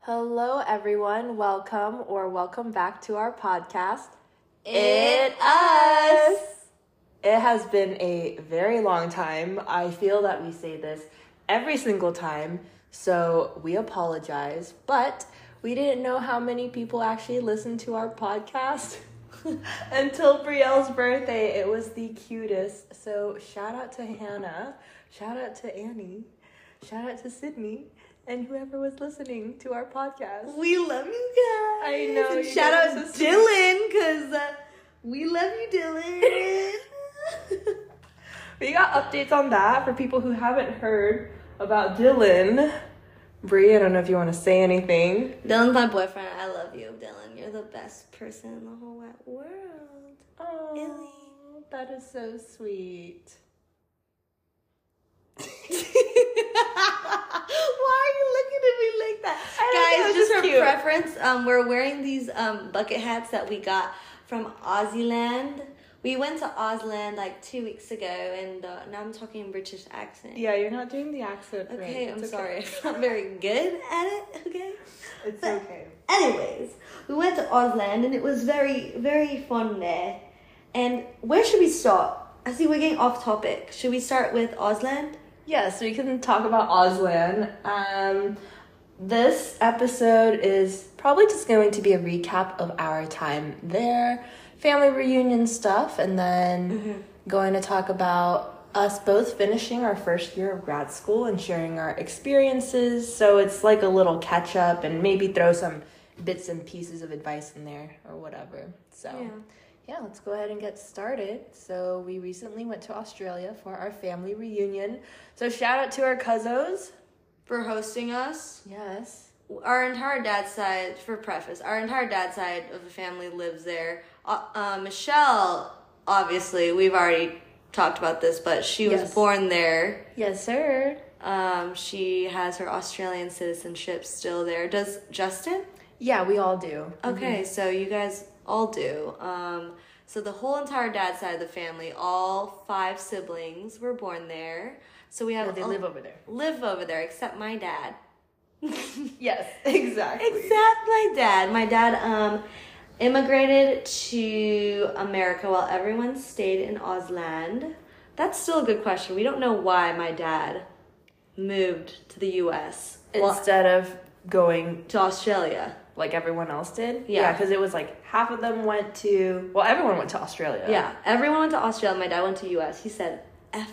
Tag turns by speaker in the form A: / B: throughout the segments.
A: Hello, everyone. Welcome or welcome back to our podcast.
B: It Us.
A: It has been a very long time. I feel that we say this every single time, so we apologize, but we didn't know how many people actually listened to our podcast. Until Brielle's birthday, it was the cutest. So, shout out to Hannah, shout out to Annie, shout out to Sydney, and whoever was listening to our podcast.
B: We love you guys.
A: I know,
B: And
A: you
B: shout
A: guys
B: out
A: are so-
B: Dylan because uh, we love you, Dylan.
A: We got updates on that for people who haven't heard about Dylan. Bree, I don't know if you want to say anything.
B: Dylan's my boyfriend. I love you, Dylan. You're the best person in the whole wide world.
A: Oh,
B: Really?
A: that is so sweet.
B: Why are you looking at me like that?
A: I don't know,
B: Guys,
A: it's
B: just
A: just
B: for
A: cute.
B: preference, um, we're wearing these um, bucket hats that we got from Aussie We went to Auslan like two weeks ago, and uh, now I'm talking British accent.
A: Yeah, you're not doing the accent. right.
B: Okay, I'm
A: It's
B: sorry. I'm not very good at it, okay?
A: It's okay.
B: Anyways, we went to Auslan and it was very, very fun there. And where should we start? I see we're getting off topic. Should we start with Auslan?
A: Yes, we can talk about Auslan. Um, this episode is probably just going to be a recap of our time there, family reunion stuff, and then going to talk about us both finishing our first year of grad school and sharing our experiences. So it's like a little catch up and maybe throw some bits and pieces of advice in there or whatever. So. Yeah, let's go ahead and get started. So, we recently went to Australia for our family reunion. So, shout out to our cousins.
B: For hosting us,
A: Yes.
B: our entire dad's side, for preface, our entire dad's side of the family lives there. Uh, uh, Michelle, obviously, we've already talked about this, but she was
A: Yes.
B: born there.
A: Yes, sir.
B: Um, she has her Australian citizenship still there. Does Justin?
A: Yeah, we all do.
B: Okay, so you guys all do. Um, so the whole entire dad side of the family, all five siblings were born there. So we have
A: Oh, They
B: a-
A: live over there.
B: live over there, except my dad.
A: Yes, exactly.
B: Except my dad. My dad um immigrated to America while everyone stayed in Ausland. That's still a good question. We don't know why my dad moved to the US. Well,
A: Instead of going
B: to Australia.
A: like everyone else did.
B: Yeah.
A: because it was like half of them went to, well, everyone went to Australia.
B: Yeah, everyone went to Australia. My dad went to US. He said, "F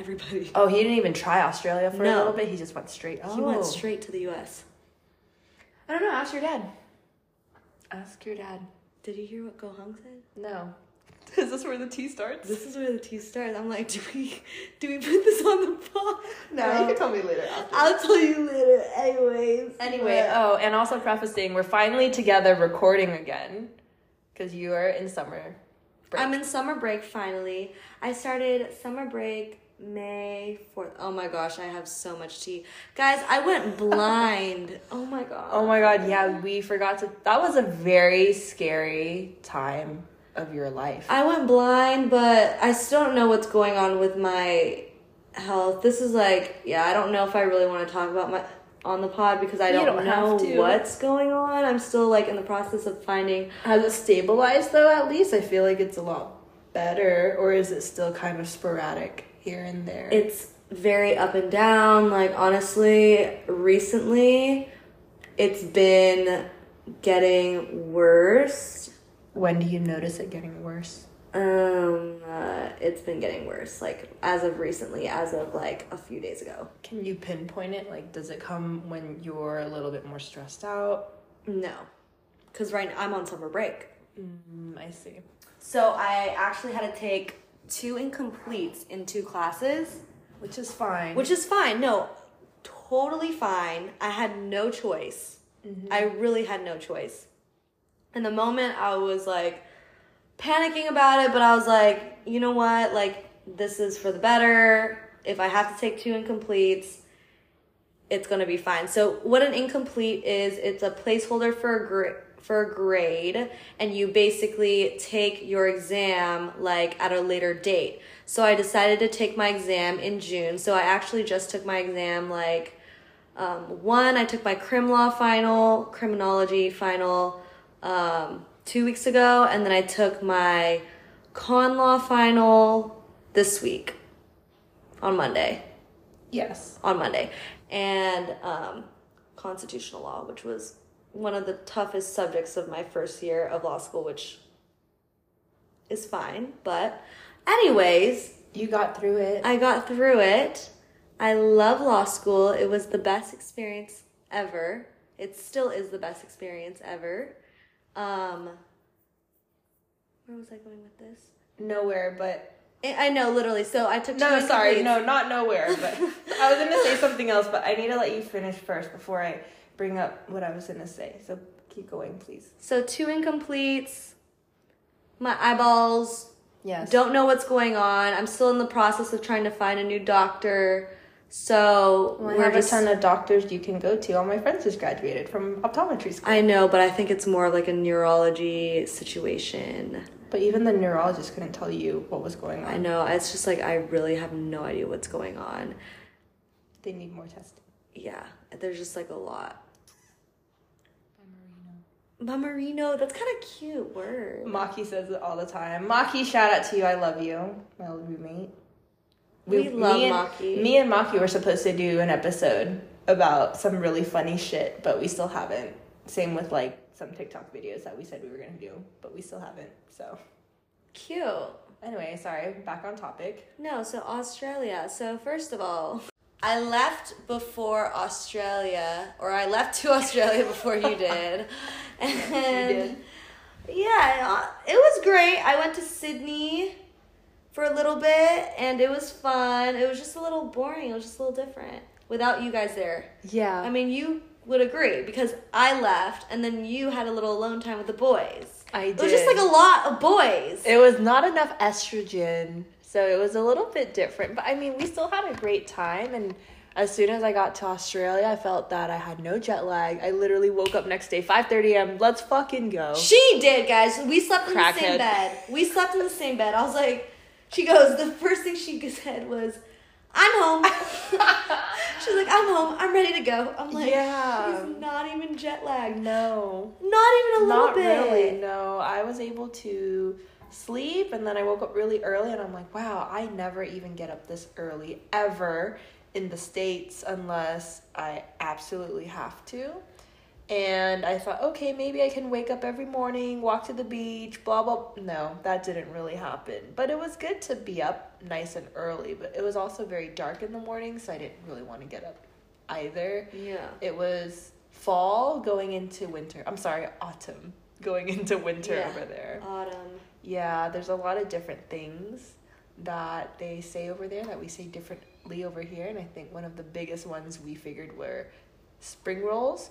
B: everybody."
A: Oh, he didn't even try Australia for a
B: No.
A: little bit. He just went straight. Oh.
B: He went straight to the US.
A: I don't know. Ask your dad. Ask your dad.
B: Did you hear what Gohung said?
A: No. Is this where the tea starts?
B: This is where the tea starts. I'm like, do we do we put this on the pod?
A: tell me later.
B: I'll tell you later. Anyways.
A: Anyway,
B: But-
A: oh, and also prefacing, we're finally together recording again because you are in summer. break.
B: I'm in summer break finally. I started summer break May 4th. Oh my gosh, I have so much tea. Guys, I went blind. oh my god.
A: Oh my god, yeah, we forgot to. That was a very scary time of your life.
B: I went blind, but I still don't know what's going on with my health. This is like, yeah, I don't know if I really want to talk about my on the pod because I
A: You
B: don't,
A: don't have
B: know
A: to.
B: what's going on. I'm still like in the process of finding.
A: Has it stabilized though, at least? I feel like it's a lot better, or is it still kind of sporadic here and there?
B: It's very up and down. Like honestly, recently it's been getting worse.
A: when do you notice it getting worse?
B: Um uh, it's been getting worse like as of recently, as of like a few days ago.
A: Can you pinpoint it? Like, does it come when you're a little bit more stressed out?
B: No. Cuz right now I'm on summer break.
A: Mm, I see.
B: So I actually had to take two incompletes in two classes,
A: Which is fine.
B: which is fine. No, totally fine. I had no choice. I really had no choice. In the moment, I was like panicking about it, but I was like, you know what? Like, this is for the better. If I have to take two incompletes, it's gonna be fine. So what an incomplete is, it's a placeholder for a gr- for a grade, and you basically take your exam like at a later date. So I decided to take my exam in June. So I actually just took my exam like Um, one, I took my crim law final, criminology final, um, two weeks ago, and then I took my con law final this week on Monday.
A: Yes.
B: On Monday, and um, constitutional law, which was one of the toughest subjects of my first year of law school, which is fine. But, anyways,
A: You got through it.
B: I got through it. I love law school. It was the best experience ever. It still is the best experience ever. Um, where was I going with this?
A: nowhere, but
B: I I know, literally. So I took
A: no,
B: two
A: sorry,
B: incompletes.
A: no, not nowhere. But I was gonna say something else, but I need to let you finish first before I bring up what I was gonna say. So keep going, please.
B: So two incompletes. My eyeballs
A: Yes.
B: Don't know what's going on. I'm still in the process of trying to find a new doctor. So
A: Well, I
B: we're
A: have
B: just.
A: a ton of doctors you can go to. All my friends just graduated from optometry school.
B: I know, but I think it's more of like a neurology situation.
A: But even the neurologist couldn't tell you what was going
B: I
A: on.
B: know. It's just like I really have no idea what's going on.
A: They need more testing.
B: Yeah, there's just like a lot. Mamarino, that's kind of cute word.
A: Maki says it all the time. Maki, shout out to you. I love you, my old roommate.
B: We love
A: me and,
B: Maki.
A: Me and Maki were supposed to do an episode about some really funny shit, but we still haven't. Same with like some TikTok videos that we said we were gonna do, but we still haven't. So
B: Cute.
A: anyway, sorry. Back on topic.
B: No, so Australia. So first of all, I left before Australia, or I left to Australia before you did, and
A: did.
B: yeah, it was great. I went to Sydney for a little bit, and it was fun. It was just a little boring. It was just a little different without you guys there.
A: Yeah.
B: I mean, you would agree because I left, and then you had a little alone time with the boys.
A: I
B: It was just
A: did.
B: like a lot of boys.
A: It was not enough estrogen, so it was a little bit different. But I mean, we still had a great time. And as soon as I got to Australia, I felt that I had no jet lag. I literally woke up next day, 5.30 a.m., let's fucking go.
B: She did, guys. We slept in the
A: Crackhead.
B: same bed. We slept in the same bed. I was like, she goes, the first thing she said was, I'm home. She's like, I'm home. I'm ready to go. I'm like,
A: Yeah.
B: she's not even jet lagged.
A: No.
B: Not even a little
A: Not
B: bit.
A: really, no. I was able to sleep, and then I woke up really early, and I'm like, wow, I never even get up this early, ever, in the States, unless I absolutely have to. And I thought, okay, maybe I can wake up every morning, walk to the beach, blah, blah. No, that didn't really happen. But it was good to be up nice and early, but it was also very dark in the morning, so I didn't really want to get up either.
B: Yeah.
A: It was fall going into winter. I'm sorry, autumn going into winter
B: Yeah.
A: over there.
B: Autumn.
A: Yeah, there's a lot of different things that they say over there that we say differently over here. And I think one of the biggest ones we figured were spring rolls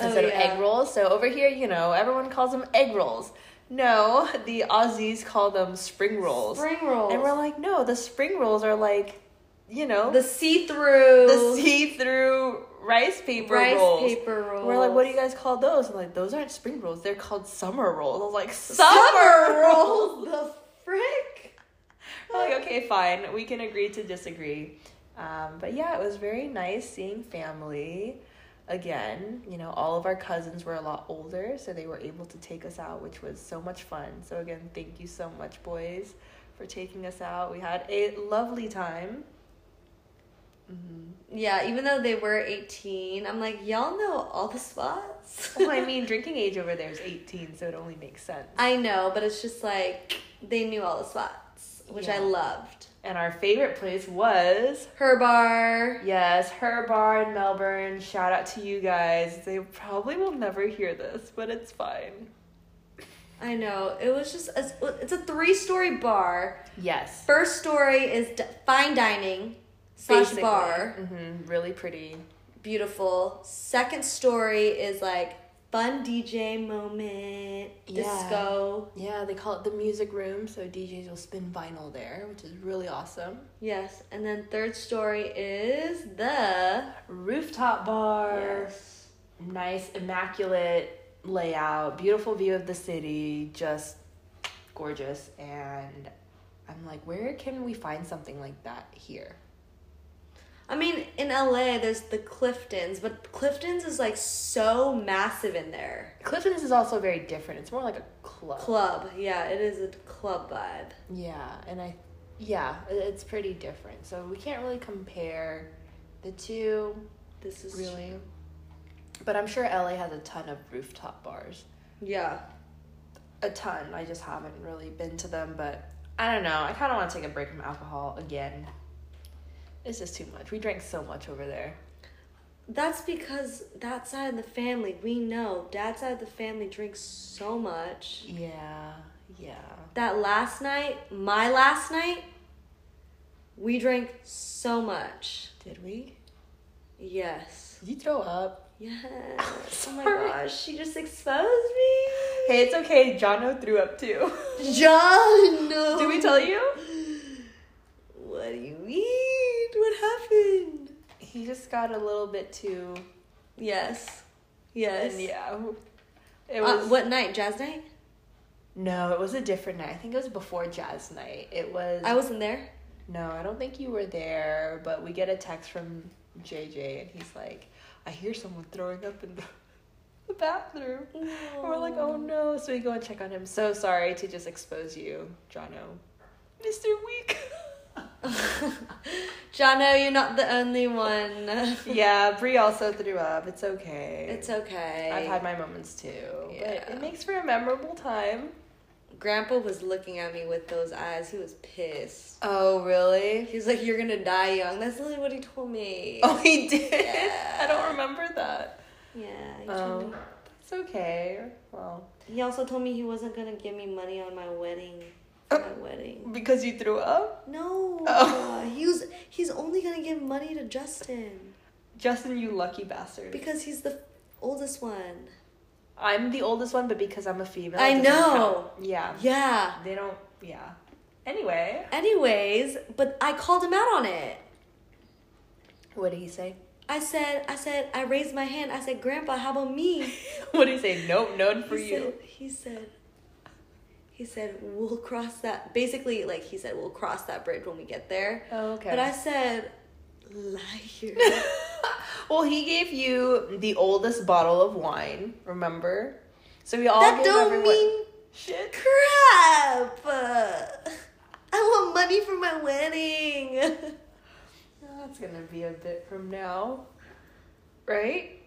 B: Oh,
A: instead of
B: yeah.
A: egg rolls. So over here, you know, everyone calls them egg rolls. No, the Aussies call them spring rolls.
B: Spring rolls.
A: And we're like, no, the spring rolls are like, you know,
B: the see through.
A: the see-through rice paper
B: rice
A: rolls.
B: paper rolls.
A: We're like, what do you guys call those? And like, those aren't spring rolls. They're called summer rolls. I was like, summer,
B: Summer
A: rolls.
B: rolls. The frick?
A: I'm like, okay, fine. We can agree to disagree. Um, but yeah, it was very nice seeing family again. You know, all of our cousins were a lot older, so they were able to take us out, which was so much fun. So again, thank you so much, boys, for taking us out. We had a lovely time.
B: Yeah, even though they were 18, I'm like, y'all know all the spots.
A: Well, I mean, drinking age over there is 18, so it only makes sense.
B: I know, but it's just like they knew all the spots, which I
A: Yeah.
B: loved.
A: And our favorite place was
B: Her bar.
A: Yes, her bar in Melbourne. Shout out to you guys. They probably will never hear this, but it's fine.
B: I know. It was just a, it's a three story bar.
A: Yes.
B: First story is d- fine dining slash bar,
A: Mm-hmm. Really pretty.
B: beautiful. Second story is like fun DJ moment,
A: Yeah.
B: disco.
A: Yeah, they call it the music room, so DJs will spin vinyl there, which is really awesome.
B: Yes, and then third story is the
A: Rooftop bar. Nice, immaculate layout, beautiful view of the city, just gorgeous. And I'm like, where can we find something like that here?
B: I mean, in LA, there's the Cliftons, but Cliftons is like so massive in there.
A: Clifton's is also very different. It's more like a club.
B: Club, yeah, it is a club vibe.
A: yeah, and I, yeah, it- it's pretty different. So we can't really compare the two
B: This is
A: really. But I'm sure LA has a ton of rooftop bars.
B: yeah.
A: a ton. I just haven't really been to them, but I don't know. I kind of want to take a break from alcohol again. It's just too much. We drank so much over there.
B: That's because that side of the family, we know, dad side of the family drinks so much.
A: Yeah, yeah.
B: That last night, my last night, we drank so much.
A: Did we?
B: Yes.
A: Did you throw up?
B: Yes. oh my
A: Sorry.
B: gosh, she just exposed me.
A: Hey, it's okay. Jono threw up too.
B: John, no.
A: Did we tell you?
B: What do you mean? What happened?
A: He just got a little bit too.
B: Yes. Yes.
A: And yeah. It
B: Uh,
A: was.
B: what night? Jazz night?
A: No, it was a different night. I think it was before jazz night. It was.
B: I wasn't there.
A: No, I don't think you were there, but we get a text from JJ and he's like, I hear someone throwing up in the, the bathroom. And we're like, oh no. So we go and check on him. So sorry to just expose you, Jono. Mr. Weak.
B: Jono, you're not the only one.
A: yeah, Brie also threw up. It's okay.
B: It's okay.
A: I've had my moments too. But
B: Yeah.
A: it makes for a memorable time.
B: Grandpa was looking at me with those eyes. He was pissed.
A: Oh, really?
B: He was like, "You're gonna die young." That's literally what he told me.
A: Oh, he did?
B: Yeah.
A: I don't remember that.
B: Yeah. He, told
A: Oh,
B: me.
A: it's okay. Well,
B: he also told me he wasn't gonna give me money on my wedding.
A: Oh.
B: For my wedding.
A: because you threw up?
B: No.
A: Oh.
B: He was. He's only gonna give money to Justin
A: Justin, you lucky bastard.
B: because he's the oldest one.
A: I'm the oldest one, but because I'm a female, it
B: I
A: doesn't
B: know.
A: count. Yeah,
B: Yeah.
A: they don't. Yeah. Anyway,
B: Anyways, but I called him out on it.
A: what did he say?
B: I said, I said, I raised my hand. I said, Grandpa, how about me?
A: what did he say? Nope, none for
B: he
A: you.
B: Said, he said, he said, we'll cross that. Basically, like he said, we'll cross that bridge when we get there.
A: Oh, okay.
B: But I said, liar.
A: well, he gave you the oldest bottle of wine. Remember? So we all
B: that
A: gave
B: don't
A: everyone
B: mean
A: shit.
B: crap. Uh, I want money for my wedding.
A: That's gonna be a bit from now, right?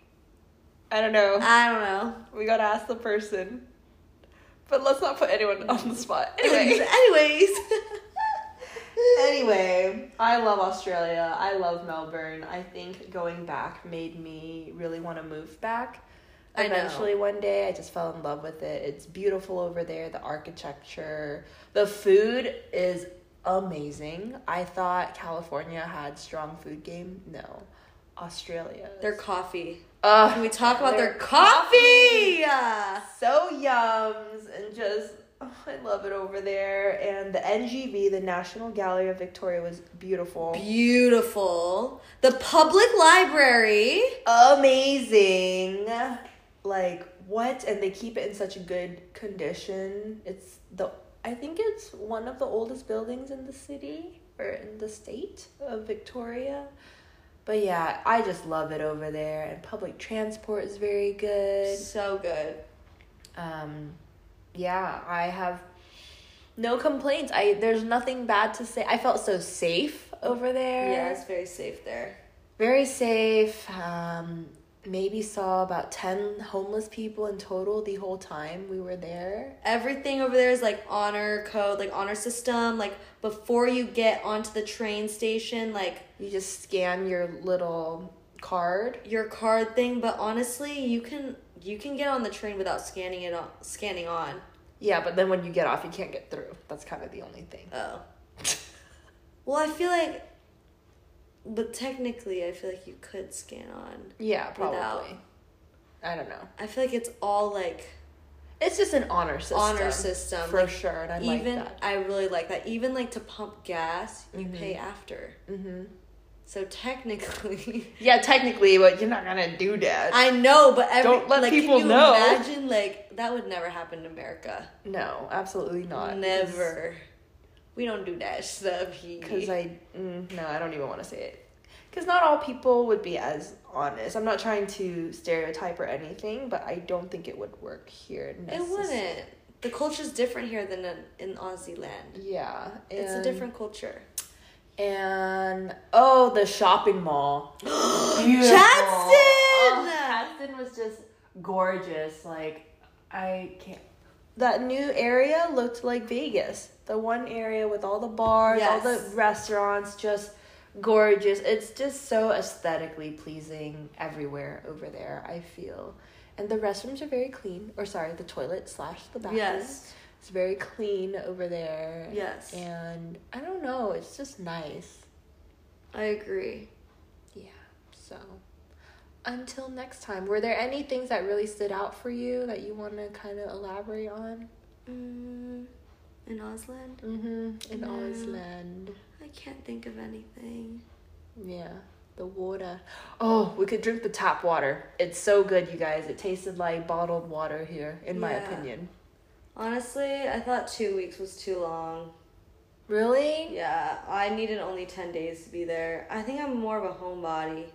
A: I don't know.
B: I don't know.
A: we gotta ask the person, but let's not put anyone on the spot. Anyway.
B: Anyways.
A: anyway, I love Australia. I love Melbourne. I think going back made me really want to move back.
B: I know.
A: Eventually, one day, I just fell in love with it. It's beautiful over there. The architecture, the food is amazing. I thought California had strong food game. No, Australia.
B: Their coffee.
A: Ugh,
B: Can we talk about their,
A: their
B: coffee?
A: so yums and just oh, I love it over there. And the NGV, the National Gallery of Victoria, was beautiful.
B: Beautiful. The public library.
A: amazing. Like what? And they keep it in such a good condition. It's the I think it's one of the oldest buildings in the city or in the state of Victoria. But yeah, I just love it over there and public transport is very good.
B: So good.
A: Um yeah, I have no complaints. I there's nothing bad to say. I felt so safe over there
B: Yeah, it's very safe there.
A: very safe. Um, maybe saw about 10 homeless people in total the whole time we were there.
B: Everything over there is like honor code, like honor system. Like before you get onto the train station, like
A: You just scan your little card.
B: your card thing. But honestly, you can you can get on the train without scanning it on scanning on.
A: Yeah, but then when you get off, you can't get through. That's kind of the only thing.
B: Oh. Well, I feel like, but technically, I feel like you could scan on.
A: yeah, probably.
B: Without-
A: I don't know.
B: I feel like it's all like
A: It's just an honor system.
B: honor system.
A: For
B: like,
A: sure, and I
B: even
A: like that. Mm-hmm.
B: I really like that. Even like to pump gas, you pay after.
A: hmm
B: So technically,
A: Yeah, technically, but you're not gonna do that.
B: I know, but every,
A: Don't let
B: like,
A: people
B: can you
A: know.
B: Imagine like that would never happen in America.
A: no, absolutely not.
B: never. We don't do that stuff.
A: Because I, mm, no, I don't even want to say it. because not all people would be as honest. I'm not trying to stereotype or anything, but I don't think it would work here.
B: It wouldn't. The culture's different here than in, in Aussie land.
A: Yeah,
B: It's a
A: and-
B: different culture.
A: And oh, the shopping mall. Beautiful.
B: Chadston!
A: Oh, Chadston was just gorgeous. Like I can't. That new area looked like Vegas. The one area with all the bars, all
B: Yes.
A: the restaurants, just gorgeous. It's just so aesthetically pleasing everywhere over there. I feel, and the restrooms are very clean. Or sorry, the toilet slash the bathroom.
B: Yes.
A: it's very clean over there.
B: Yes.
A: and I don't know. It's just nice.
B: I agree.
A: Yeah. So until next time, were there any things that really stood out for you that you want to kind of elaborate on?
B: Mm, in Ausland?
A: Mm-hmm. In
B: No.
A: Ausland.
B: I can't think of anything.
A: Yeah. The water. Oh, we could drink the tap water. It's so good, you guys. It tasted like bottled water here, in my
B: Yeah.
A: opinion.
B: Honestly, I thought two weeks was too long.
A: Really?
B: Yeah, I needed only 10 days to be there. I think I'm more of a homebody.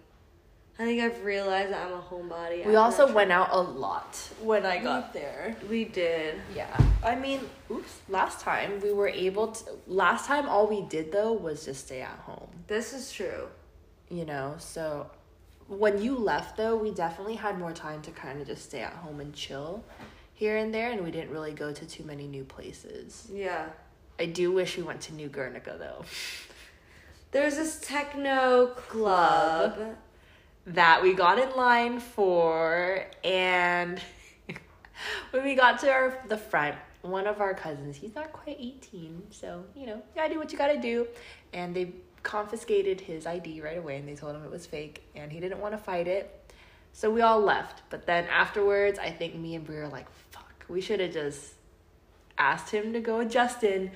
B: I think I've realized that I'm a homebody.
A: We
B: after
A: also
B: I-
A: went out a lot when I got there.
B: We did.
A: Yeah. I mean, oops, last time we were able to last time all we did though was just stay at home.
B: This is true.
A: you know so when you left though we definitely had more time to kind of just stay at home and chill here and there and we didn't really go to too many new places
B: Yeah.
A: i do wish we went to new guernica though
B: There's this techno club.
A: that we got in line for and when we got to our, the front one of our cousins he's not quite 18 so you know you gotta do what you gotta do and they confiscated his id right away and they told him it was fake and he didn't want to fight it so we all left but then afterwards i think me and brie were like fuck we should have just asked him to go with Justin.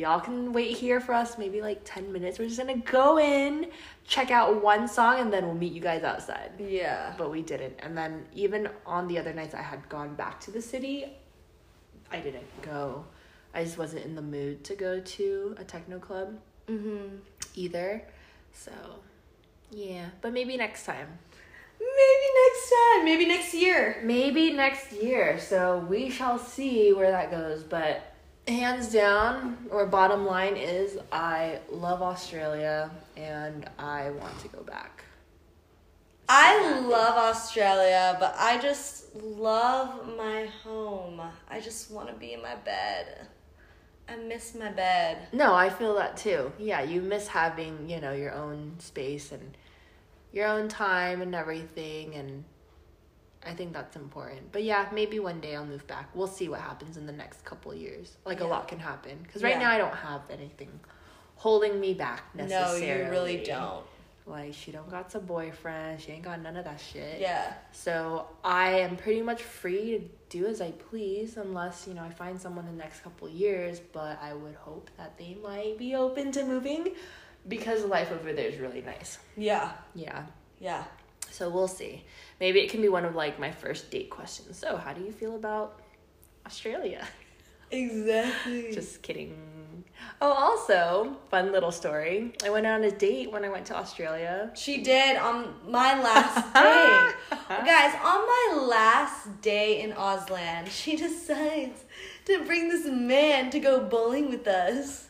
A: Y'all can wait here for us, maybe like 10 minutes. We're just gonna go in, check out one song, and then we'll meet you guys outside.
B: Yeah.
A: But we didn't. And then even on the other nights I had gone back to the city, I didn't go. I just wasn't in the mood to go to a techno club
B: Mm-hmm.
A: either. So, yeah. But maybe next time.
B: Maybe next time. Maybe next year.
A: Maybe next year. So we shall see where that goes. But hands down, or bottom line is, I love Australia and I want to go back.
B: I love Australia, but I just love my home. I just want to be in my bed. I miss my bed.
A: No, I feel that too. Yeah, you miss having, you know, your own space and your own time and everything. And I think that's important. But yeah, maybe one day I'll move back. We'll see what happens in the next couple years. Like a
B: Yeah.
A: lot can happen. Because right
B: Yeah.
A: now I don't have anything holding me back
B: No,
A: necessarily.
B: you really don't.
A: Like she don't got some boyfriend, she ain't got none of that shit.
B: Yeah.
A: So I am pretty much free to do as I please unless, you know, I find someone in the next couple years, but I would hope that they might be open to moving because life over there is really nice.
B: Yeah.
A: Yeah.
B: Yeah.
A: So we'll see. Maybe it can be one of like my first date questions. So, how do you feel about Australia?
B: Exactly.
A: Just kidding. Oh, also, fun little story. I went on a date when I went to Australia.
B: She did on my last day. Guys, on my last day in Auslan, she decides to bring this man to go bowling with us.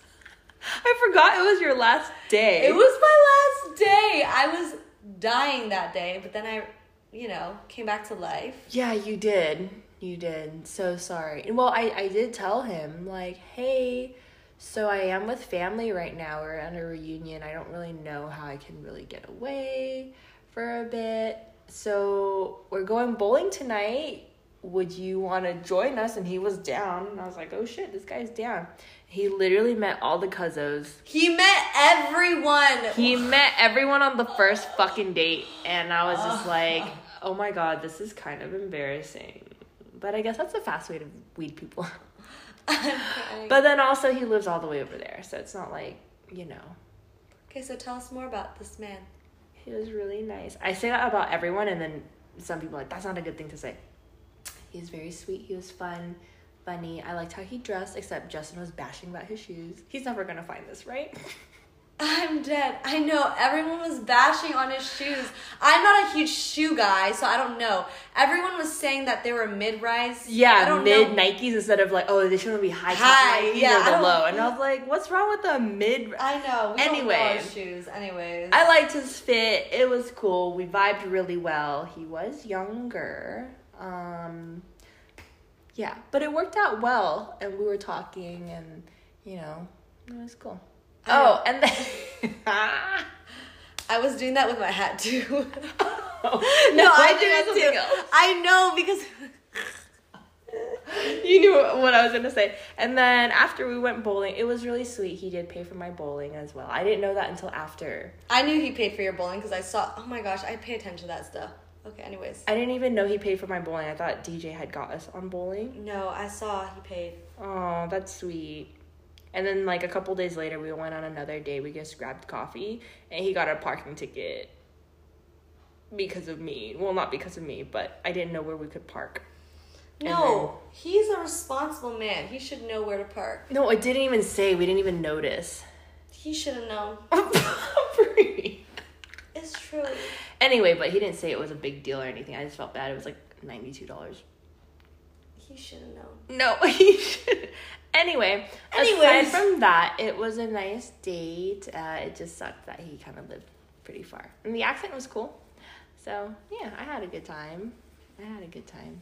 A: I forgot it was your last day.
B: It was my last day. I was dying that day, but then I, you know, came back to life.
A: Yeah, you did. You did. So sorry. Well, I, I did tell him, like, hey, so I am with family right now. We're on a reunion. I don't really know how I can really get away for a bit. So we're going bowling tonight. Would you want to join us? And he was down. And I was like, oh shit, this guy's down. He literally met all the cousins.
B: He met everyone.
A: He met everyone on the first fucking date, and I was just like, oh my god, this is kind of embarrassing. But I guess that's a fast way to weed people.
B: but
A: But then also, he lives all the way over there, so it's not like, you know,
B: okay, so tell us more about this man.
A: he was really nice. I say that about everyone, and then some people are like, that's not a good thing to say. He was very sweet, he was fun, funny. I liked how he dressed, except Justin was bashing about his shoes. He's never gonna find this, right?
B: I'm dead. I know everyone was bashing on his shoes. I'm not a huge shoe guy, so I don't know. Everyone was saying that they were mid-rise. I
A: Yeah,
B: don't
A: mid
B: know.
A: Nikes instead of like, oh, they shouldn't be high top
B: High,
A: Nikes
B: yeah, I
A: or the
B: don't-
A: low. And I was like, what's wrong with the mid?
B: I know. We anyway, don't know our
A: Anyway.
B: shoes. Anyways,
A: I liked his fit. It was cool. We vibed really well. He was younger. Um, yeah, but it worked out well, and we were talking, and you know, it was cool.
B: I
A: Oh, and then.
B: I was doing that with my hat too.
A: no,
B: I
A: I
B: do
A: did
B: it
A: it too.
B: too. I know because
A: You knew what I was gonna say. And then after we went bowling, it was really sweet. He did pay for my bowling as well. I didn't know that until after.
B: I knew he paid for your bowling because I saw. Oh my gosh, I pay attention to that stuff. Okay, anyways.
A: I didn't even know he paid for my bowling. I thought DJ had got us on bowling.
B: No, I saw he paid.
A: Oh, that's sweet. And then like a couple days later, we went on another date. We just grabbed coffee, and he got a parking ticket because of me. Well, not because of me, but I didn't know where we could park. And
B: No, he's a responsible man. He should know where to park.
A: No, I didn't even say. We didn't even notice.
B: He should have known.
A: Free.
B: It's true.
A: Anyway, but he didn't say it was a big deal or anything. I just felt bad. It was like ninety two dollars.
B: He should have known.
A: No, he should. Anyway, aside
B: Anyways.
A: from that, it was a nice date. Uh, it just sucked that he kind of lived pretty far, and the accent was cool. So yeah, I had a good time. I had a good time,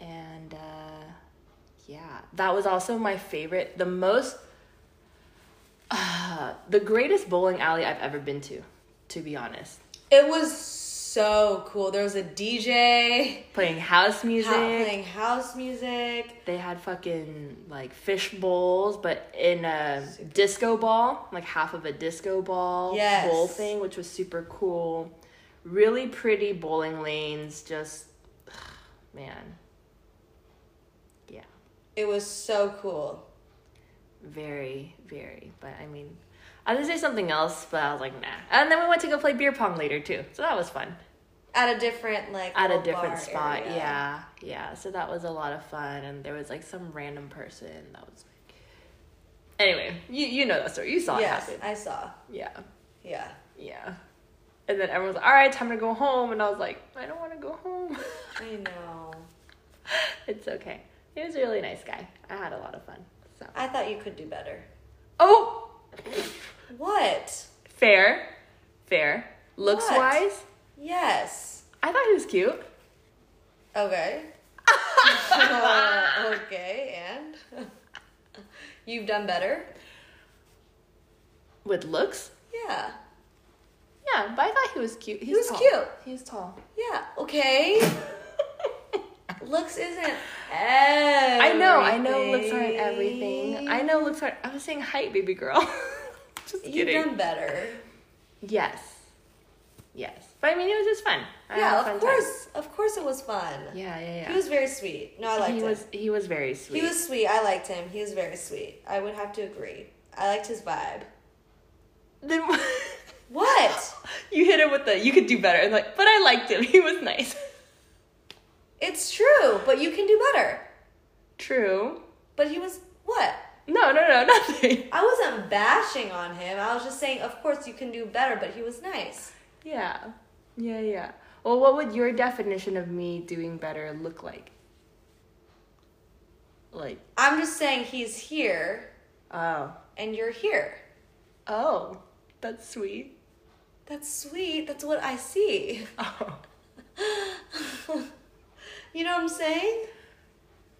A: and uh, yeah, that was also my favorite, the most, uh, the greatest bowling alley I've ever been to, to be honest.
B: It was so cool. There was a DJ
A: Playing house
B: ha-
A: music.
B: playing house music.
A: they had fucking like fish bowls, but in a disco ball, like half of a disco ball
B: Yes.
A: bowl thing, which was super cool. Really pretty bowling lanes, just man, yeah,
B: It was so cool.
A: very, very. But I mean, I was gonna say something else, but I was like, nah. And then we went to go play beer pong later too, so that was fun.
B: At a different like
A: at a
B: little
A: different
B: bar
A: spot.
B: area.
A: Yeah, yeah. So that was a lot of fun, and there was like some random person that was like. Anyway, you you know that story. You saw
B: Yes,
A: it happen.
B: I saw.
A: Yeah,
B: Yeah.
A: yeah. And then everyone was like, "All right, time to go home," and I was like, "I don't want to go home."
B: I know.
A: it's okay. He was a really nice guy. I had a lot of fun. So.
B: I thought you could do better.
A: Oh,
B: What?
A: fair, fair. Looks
B: What?
A: wise,
B: Yes.
A: I thought he was cute.
B: Okay. Uh, okay, and you've done better.
A: With looks,
B: Yeah.
A: yeah, but I thought he was cute. He's
B: He was
A: tall.
B: cute.
A: He's tall.
B: Yeah. Okay. Looks isn't.
A: I know, I know looks aren't everything. I know looks aren't. I was saying height, baby girl. Just
B: You've
A: kidding.
B: done better.
A: Yes. Yes. But I mean, it was just fun. I had a
B: yeah, of
A: fun time.
B: course, of course, it was fun.
A: Yeah, yeah, yeah.
B: He was very sweet. No, I liked
A: he
B: him.
A: was, he was very sweet.
B: He was sweet. I liked him. He was very sweet. I would have to agree. I liked his vibe.
A: Then
B: What?
A: you hit him with the you could do better. And like, but I liked him. He was nice.
B: It's true, but you can do better.
A: True.
B: But he was what?
A: No, no, no, nothing.
B: I wasn't bashing on him. I was just saying, of course, you can do better. But he was nice.
A: Yeah. Yeah, yeah. Well, what would your definition of me doing better look like? Like,
B: I'm just saying he's here
A: oh.
B: and you're here.
A: Oh, that's sweet.
B: That's sweet. That's what I see.
A: Oh.
B: you know what I'm saying?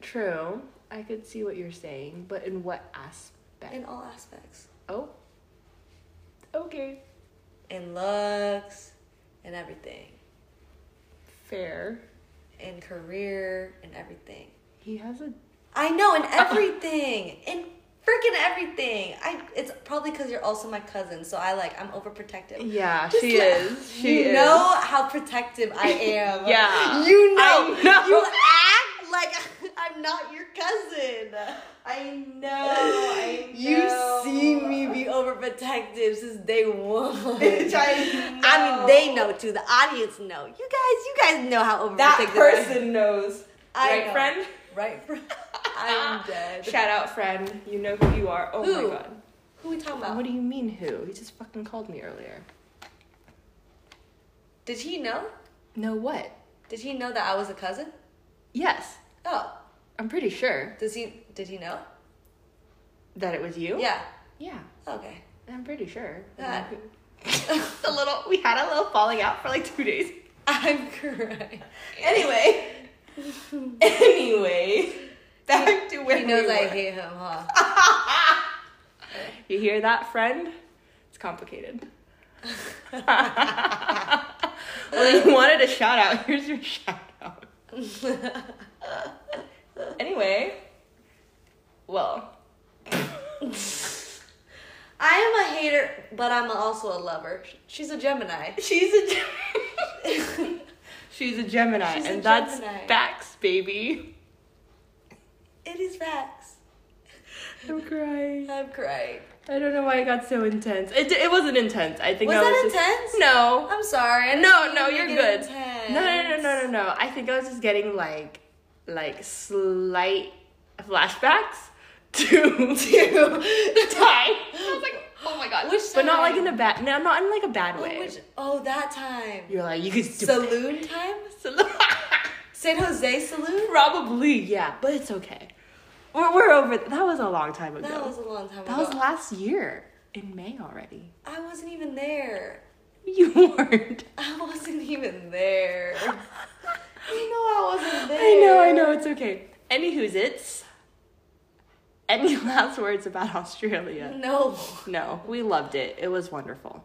A: True. I could see what you're saying, but in what aspect?
B: In all aspects,
A: oh. Okay.
B: in looks, in everything,
A: Fair.
B: in career, in everything.
A: He has a
B: I know in everything, in freaking everything. I it's probably because you're also my cousin, so I like I'm overprotective.
A: Yeah,
B: Just
A: she
B: let-
A: is. She
B: you
A: is.
B: know how protective I am.
A: Yeah.
B: You know.
A: I know.
B: You act like I'm not your cousin. I know. I know. You've seen me be overprotective since day one.
A: Bitch, I
B: I
A: know.
B: mean, they know too. The audience know. You guys, you guys know how overprotective
A: That
B: I am.
A: person knows.
B: I
A: right,
B: know.
A: friend?
B: Right, friend. I'm dead.
A: Shout out, friend. You know who you are. Oh
B: Who?
A: my god.
B: Who we talking about?
A: What do you mean who? He just fucking called me earlier.
B: Did he know?
A: No what?
B: Did he know that I was a cousin?
A: Yes.
B: Oh,
A: I'm pretty sure
B: does he? Did he know?
A: that it was you.
B: Yeah.
A: Yeah.
B: Okay.
A: I'm pretty sure.
B: Yeah.
A: a little we had a little falling out for like two days.
B: I'm correct.
A: Anyway. anyway. Back to where
B: He knows
A: we
B: I
A: were.
B: hate him, huh?
A: You hear that, friend? It's complicated. well, you wanted a shout out. Here's your shout out. anyway, well,
B: I am a hater, but I'm also a lover. She's a Gemini.
A: she's a Gem- she's a Gemini,
B: She's a
A: and that's
B: Gemini.
A: facts, baby.
B: It is facts.
A: I'm crying.
B: I'm crying.
A: I don't know why it got so intense. It, it wasn't intense. I think
B: Was
A: I was
B: that
A: just-
B: intense?
A: no.
B: I'm sorry. I didn't
A: No,
B: mean
A: no,
B: to
A: you're
B: make
A: good.
B: it intense.
A: No, no, no, no, no, no. I think I was just getting like, like slight flashbacks to to time. I was like, oh my god,
B: Which
A: but not like
B: time?
A: in a bad, no, not in like a bad way.
B: Oh, which, oh, that time.
A: You're like, you could do
B: Saloon time?
A: so-
B: San Jose Saloon?
A: probably, yeah, but it's okay. We're we're over. That was a long time ago.
B: That was a long time
A: That
B: ago.
A: was last year in May already.
B: I wasn't even there.
A: You weren't.
B: I wasn't even there. you know I wasn't there.
A: I know, I know, it's okay. Any who's it's. Any last words about Australia?
B: No,
A: No, we loved it. It was wonderful.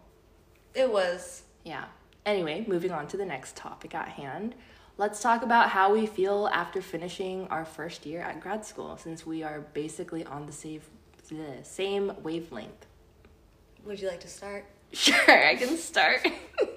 B: it was.
A: Yeah. Anyway, moving on to the next topic at hand. Let's talk about how we feel after finishing our first year at grad school since we are basically on the same, the same wavelength.
B: Would you like to start?
A: Sure, I can start.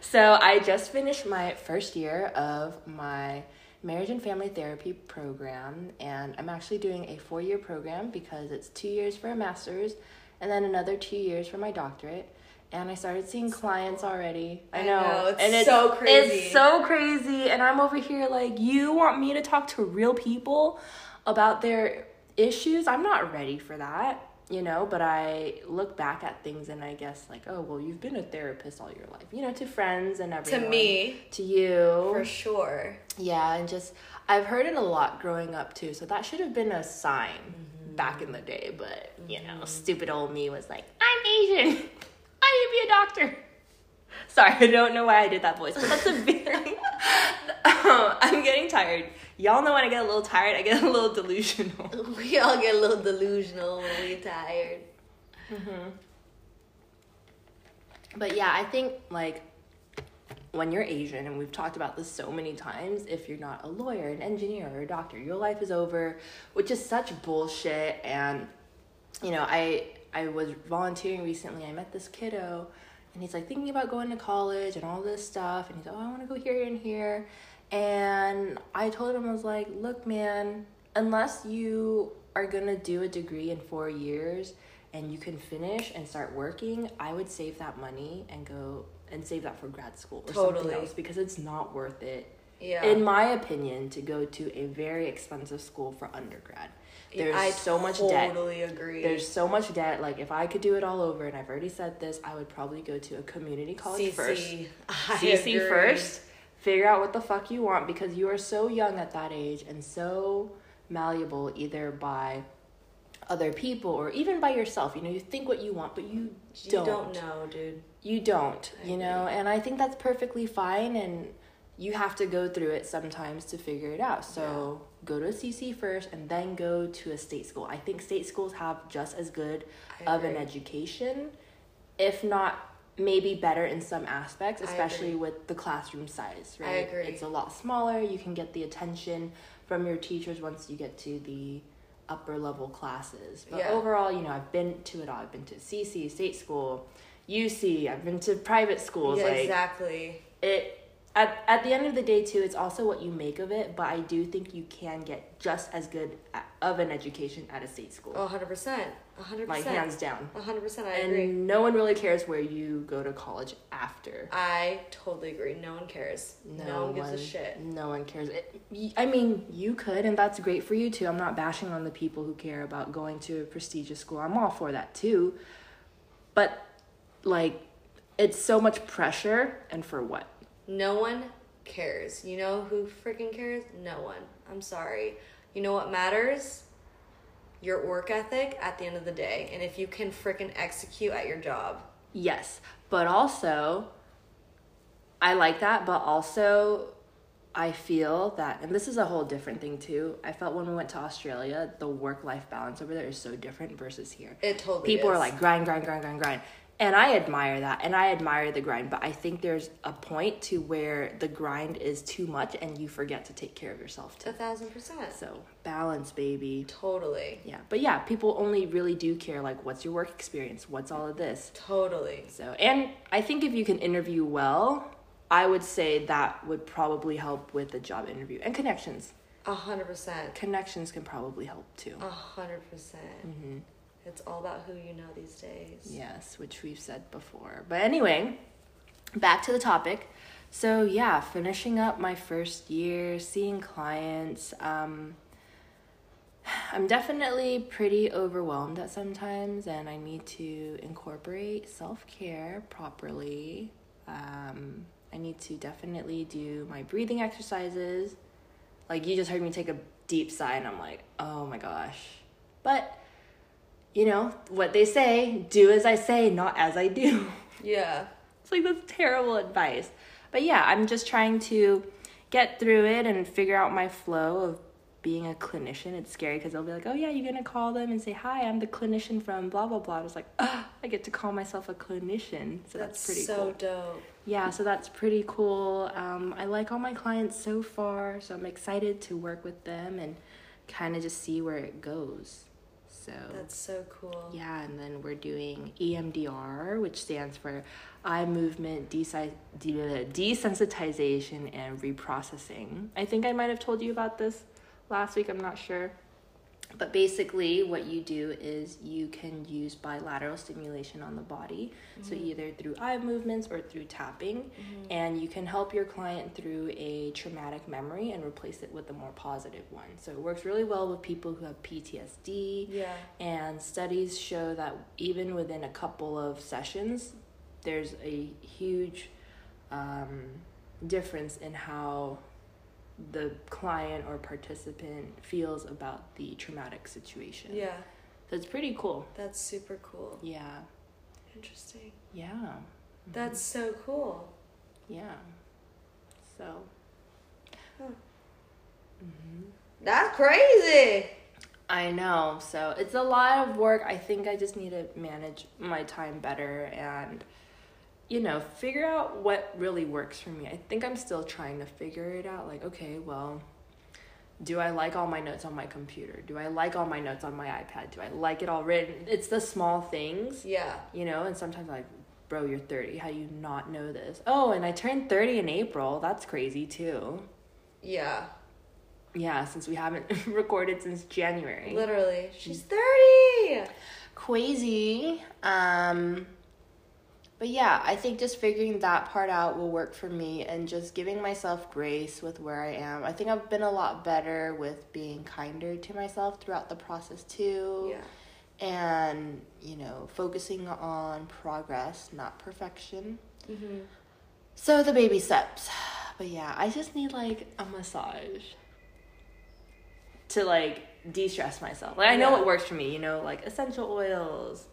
A: so, I just finished my first year of my marriage and family therapy program, and I'm actually doing a four year program because it's two years for a master's and then another two years for my doctorate. And I started seeing clients already. I
B: I
A: know.
B: know, it's
A: and
B: so crazy.
A: It's so crazy. And I'm over here like, you want me to talk to real people about their issues? I'm not ready for that, you know? But I look back at things and I guess, like, oh, well, you've been a therapist all your life, you know, to friends and everyone.
B: me.
A: To you.
B: For sure.
A: Yeah, and just I've heard it a lot growing up too. So that should have been a sign back in the day, but you know, stupid old me was like, "I'm Asian. I need to be a doctor." Sorry, I don't know why I did that voice, but that's a very. um, I'm getting tired. Y'all know when I get a little tired, I get a little delusional.
B: We all get a little delusional when we're tired.
A: But yeah, I think like when you're Asian, and we've talked about this so many times, if you're not a lawyer, an engineer, or a doctor, your life is over, which is such bullshit. And you know, I I was volunteering recently. I met this kiddo, and he's like thinking about going to college and all this stuff. And he's oh, I want to go here and here. And I told him I was like, look, man, unless you are gonna do a degree in four years and you can finish and start working, I would save that money and go and save that for grad school or
B: Totally.
A: something else because it's not worth it
B: Yeah.
A: in my opinion, to go to a very expensive school for undergrad. There's
B: I
A: so much debt.
B: totally agree.
A: There's so much debt. Like, if I could do it all over, and I've already said this, I would probably go to a community college
B: CC.
A: first.
B: I
A: CC
B: agree.
A: first. Figure out what the fuck you want because you are so young at that age and so malleable either by other people or even by yourself. You know, you think what you want, but you
B: You
A: don't.
B: don't. know, dude.
A: You don't,
B: I
A: you know, and I think that's perfectly fine and you have to go through it sometimes to figure it out. So go to a CC first and then go to a state school. I think state schools have just as good
B: I
A: of an
B: agree.
A: education, if not maybe better in some aspects,
B: I
A: especially
B: agree.
A: with the classroom size,
B: I
A: right?
B: agree.
A: It's a lot smaller. You can get the attention from your teachers once you get to the upper level classes. But
B: Yeah.
A: overall, you know, I've been to it all. I've been to CC, state school, UC. I've been to private schools.
B: Yeah,
A: like
B: exactly.
A: it. At, at the end of the day too it's also what you make of it but i do think you can get just as good a- of an education at a state school.
B: Oh, 100%. 100%.
A: Like hands down.
B: 100%. I
A: and
B: agree.
A: no one really cares where you go to college after.
B: I totally agree. No one cares. No, one gives a shit.
A: No one cares. It, y- I mean, you could, and that's great for you too. I'm not bashing on the people who care about going to a prestigious school. I'm all for that too. But, like, it's so much pressure, and for what?
B: No one cares. You know who freaking cares? No one. I'm sorry. You know what matters? Your work ethic at the end of the day, and if you can freaking execute at your job.
A: Yes, but also, I like that, but also, I feel that, and this is a whole different thing too. I felt when we went to Australia, the work life balance over there is so different versus here.
B: It totally
A: People
B: is.
A: are like grind, grind, grind, grind, grind. And I admire that and I admire the grind, but I think there's a point to where the grind is too much and you forget to take care of yourself
B: a
A: too.
B: thousand percent.
A: So, balance, baby.
B: Totally.
A: Yeah. But yeah, people only really do care like what's your work experience? What's all of this?
B: Totally.
A: So, and I think if you can interview well, I would say that would probably help with the job interview and connections.
B: A hundred percent.
A: Connections can probably help too.
B: A hundred
A: Mm-hmm.
B: percent. It's all about who you know these days.
A: Yes, which we've said before. But anyway, back to the topic. So, yeah, finishing up my first year, seeing clients. Um, I'm definitely pretty overwhelmed at sometimes, and I need to incorporate self care properly. Um, I need to definitely do my breathing exercises. Like, you just heard me take a deep sigh, and I'm like, oh my gosh. But you know what they say do as i say not as i do
B: Yeah.
A: it's like that's terrible advice but yeah i'm just trying to get through it and figure out my flow of being a clinician it's scary because they'll be like oh yeah you're gonna call them and say hi i'm the clinician from blah blah blah it's like ah, i get to call myself a clinician so that's, pretty
B: so
A: cool
B: dope.
A: yeah so that's pretty cool um, i like all my clients so far so i'm excited to work with them and kind of just see where it goes so
B: That's so cool.
A: Oh. yeah, and then we're doing E EMDR, which stands for eye movement desi- de- desensitization and reprocessing. I think I might have told you about this last week, I'm not sure. But basically, what you do is you can use bilateral stimulation on the body, so
B: Mm-hmm.
A: either through eye movements or through tapping, and you can help your client through a traumatic memory and replace it with a more positive one. So it works really well with people who have PTSD.
B: Yeah.
A: And studies show that even within a couple of sessions, there's a huge um, difference in how the client or participant feels about the traumatic situation.
B: Yeah.
A: So it's pretty cool.
B: That's super cool.
A: Yeah.
B: Interesting.
A: Yeah.
B: That's so cool.
A: Yeah. So. Mm-hmm.
B: That's crazy.
A: I know. So it's a lot of work. I think I just need to manage my time better and, you know, figure out what really works for me. I think I'm still trying to figure it out. Like, okay, well, do I like all my notes on my computer? Do I like all my notes on my iPad? Do I like it all written? It's the small things,
B: Yeah.
A: you know, and sometimes like, bro, you're 30. How do you not know this? Oh, and I turned 30 in April. That's crazy too.
B: Yeah.
A: Yeah, since we haven't recorded since January.
B: Literally. She's 30.
A: crazy. Um, but yeah, I think just figuring that part out will work for me and just giving myself grace with where I am. I think I've been a lot better with being kinder to myself throughout the process too.
B: Yeah.
A: And, you know, focusing on progress, not perfection.
B: Mm-hmm.
A: So the baby steps. But yeah, I just need like a massage to like de stress myself. Like I know
B: Yeah.
A: what works for me, you know, like essential oils,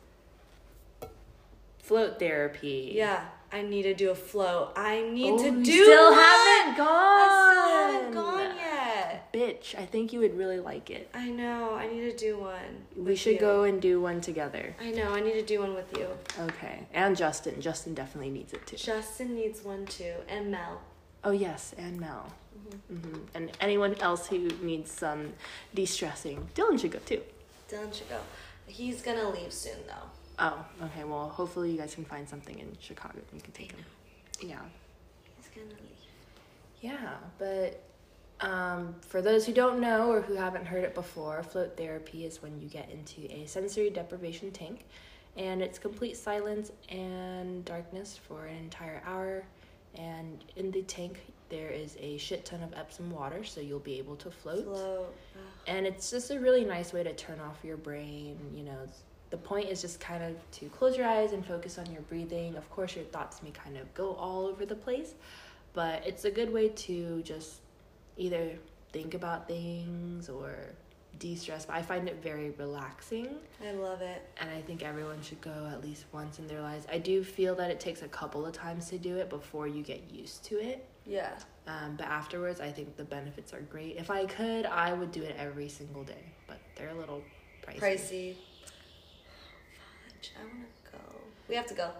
A: float therapy.
B: Yeah. I need to do a flow. I need
A: Oh,
B: to
A: you
B: do
A: still
B: one.
A: haven't gone.
B: I still haven't gone yet.
A: Bitch, I think you would really like it.
B: I know. I need to do one.
A: We
B: with
A: should
B: you.
A: go and do one together.
B: I know. I need to do one with you.
A: Okay. And Justin. Justin definitely needs it too.
B: Justin needs one too, and Mel.
A: Oh yes, and Mel, hmm and anyone else who needs some de-stressing, Dylan should go too.
B: Dylan should go. He's gonna leave soon though.
A: Oh, okay. Well, hopefully you guys can find something in Chicago. You can take him. Yeah,
B: He's gonna leave.
A: yeah, but Um, for those who don't know or who haven't heard it before, float therapy is when you get into a sensory deprivation tank and it's complete silence and darkness for an entire hour. And in the tank, there is a shit ton of Epsom water, so you'll be able to float.
B: Slow.
A: And it's just a really nice way to turn off your brain. You know, the point is just kind of to close your eyes and focus on your breathing. Of course, your thoughts may kind of go all over the place, but it's a good way to just either think about things or de stress. But I find it very relaxing,
B: I love it.
A: and I think everyone should go at least once in their lives. I do feel that it takes a couple of times to do it before you get used to it.
B: Yeah.
A: Um, but afterwards, I think the benefits are great. If I could, I would do it every single day, but they're a little pricey.
B: Pricey. Fudge. I want to go. We have to go.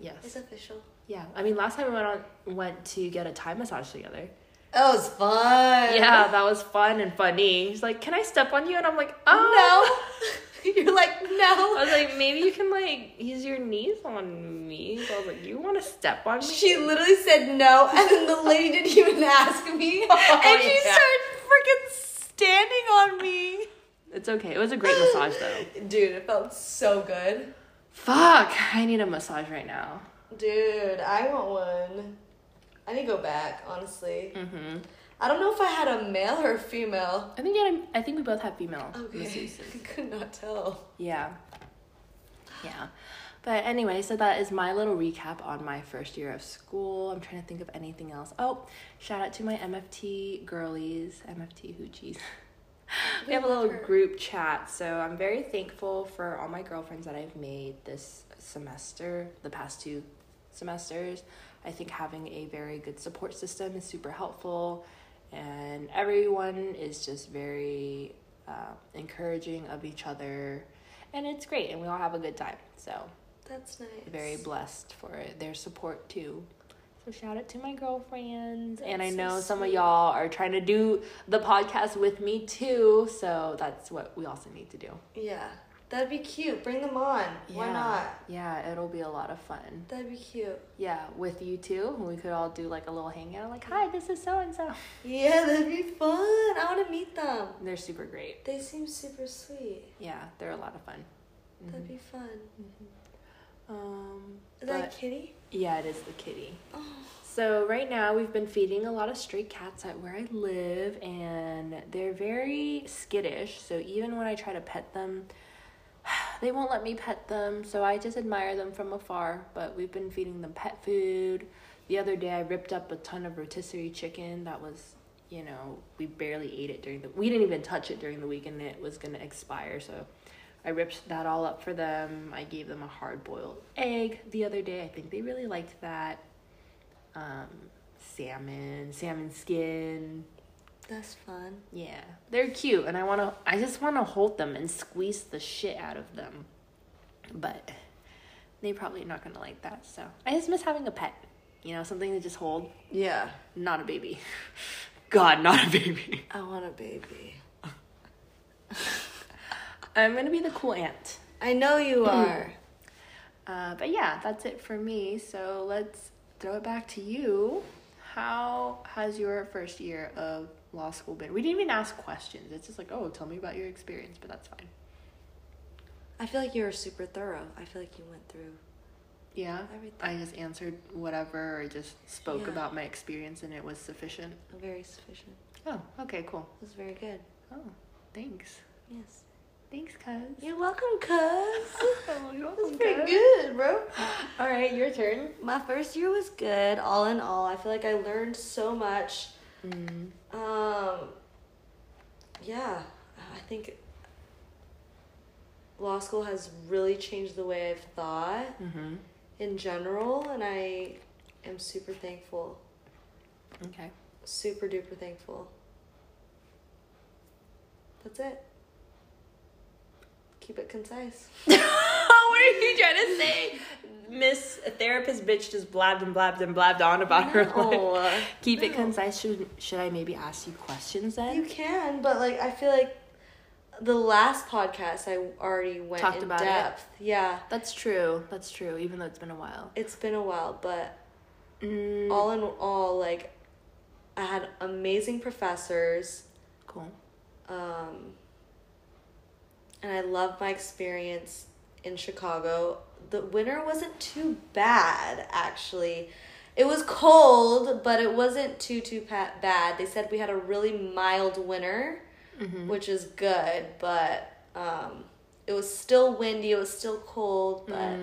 B: It's
A: Yes.
B: official.
A: Yeah. I mean, last time we went on went to get a Thai massage together.
B: That was fun.
A: Yeah, that was fun and funny. He's like, "Can I step on you?" And I'm like, "Oh
B: Oh no. You're like
A: I
B: no.
A: was like, "Maybe you can like use your knees on me." So I was like, "You want to step on me?"
B: She literally said no, and then the lady didn't even ask me,
A: Oh
B: and she
A: yeah.
B: started freaking standing on me.
A: It's okay. It was a great massage though.
B: Dude, it felt so good.
A: Fuck, I need a massage right now.
B: Dude, I want one. I need to go back, honestly.
A: Mhm.
B: I don't know if I had a male or a female.
A: I think you had a, I think we both have female masseuses.
B: I could not tell.
A: Yeah. Yeah. But anyway, so that is my little recap on my first year of school. I'm trying to think of anything else. Oh, shout out to my MFT girlies, MFT hoochies. we have a little
B: Whoever.
A: group chat, so I'm very thankful for all my girlfriends that I've made this semester, the past two semesters. I think having a very good support system is super helpful, and everyone is just very uh, encouraging of each other, and it's great, and we all have a good time. So
B: That's nice.
A: very blessed for their support too. So shout out to my girlfriends, and I
B: That's so
A: know some of
B: sweet.
A: y'all are trying to do the podcast with me too. So that's what we also need to do.
B: Yeah, that'd be cute. Bring them on. Why
A: Yeah.
B: not?
A: Yeah, it'll be a lot of fun.
B: That'd be cute.
A: Yeah, with you too, we could all do like a little hangout. Like, hi, this is so and so.
B: Yeah, that'd be fun. I want to meet them.
A: They're super great.
B: They seem super sweet.
A: Yeah, they're a lot of fun. Mm-hmm.
B: That'd be fun.
A: Um,
B: Is
A: but-
B: that kitty?
A: yeah, it is the kitty.
B: Oh.
A: So right now we've been feeding a lot of stray cats at where I live, and they're very skittish. So even when I try to pet them, they won't let me pet them. So I just admire them from afar. But we've been feeding them pet food. The other day I ripped up a ton of rotisserie chicken that was, you know, we barely ate it during the. We didn't even touch it during the week, and it was gonna expire. So. I ripped that all up for them. I gave them a hard boiled egg the other day. I think they really liked that um, salmon, salmon skin.
B: That's fun.
A: Yeah, they're cute, and I want to. I just want to hold them and squeeze the shit out of them, but they probably not gonna like that. So I just miss having a pet. You know, something to just hold.
B: Yeah.
A: Not a baby. God, not a baby.
B: I want a baby.
A: I'm gonna be the cool aunt.
B: I know you are.
A: Uh, but yeah, that's it for me. So let's throw it back to you. How has your first year of law school been? We didn't even ask questions. It's just like, oh, tell me about your experience, but that's fine.
B: I feel like you were super thorough. I feel like you went through.
A: Yeah.
B: Everything.
A: I just answered whatever or just spoke
B: Yeah.
A: about my experience and it was sufficient.
B: Very sufficient.
A: Oh, okay, cool.
B: It was very good.
A: Oh, thanks.
B: Yes.
A: Thanks, cuz.
B: You're welcome, cuz.
A: Oh, you're
B: It was
A: welcome,
B: pretty
A: cuz.
B: good, bro.
A: All right, your turn.
B: My first year was good, all in all. I feel like I learned so much.
A: Mm.
B: Um, yeah, I think law school has really changed the way I've thought
A: Mm-hmm.
B: in general, and I am super thankful,
A: Okay.
B: super duper thankful. That's it. Keep it concise.
A: what are you trying to say? Miss Therapist Bitch just blabbed and blabbed and blabbed on about her life.
B: No.
A: Keep it
B: No.
A: concise. Should, should I maybe ask you questions then?
B: You can, but like I feel like the last podcast I already went
A: Talked
B: in
A: about it.
B: depth. Yeah,
A: That's true. That's true, even though it's been a while.
B: it's been a while, but
A: Mm.
B: all in all, like I had amazing professors,
A: Cool.
B: um, and I loved my experience in Chicago. The winter wasn't too bad, actually. It was cold, but it wasn't too too pa- bad. They said we had a really mild winter,
A: Mm-hmm.
B: which is good, but um, it was still windy. It was still cold, but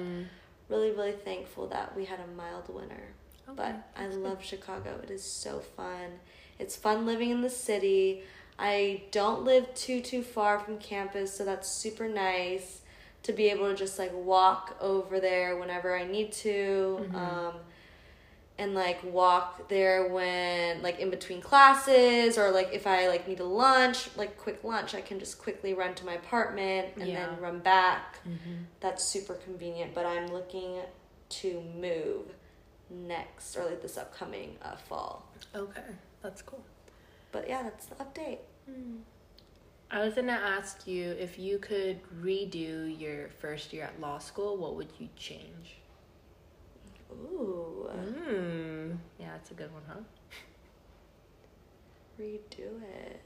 B: really really thankful that we had a mild winter.
A: Okay,
B: But I love Chicago. It is so fun. It's fun living in the city. I don't live too too far from campus, so that's super nice to be able to just like walk over there whenever I need to.
A: Mm-hmm.
B: Um and like walk there when like in between classes or like if I like need a lunch, like quick lunch, I can just quickly run to my apartment and
A: Yeah.
B: then run back.
A: Mm-hmm.
B: That's super convenient, but I'm looking to move next or like this upcoming uh, fall.
A: Okay, that's cool.
B: But yeah, that's the update.
A: Mm. I was gonna ask you if you could redo your first year at law school, what would you change?
B: Ooh,
A: Mm. Yeah, that's a good one, huh?
B: redo it.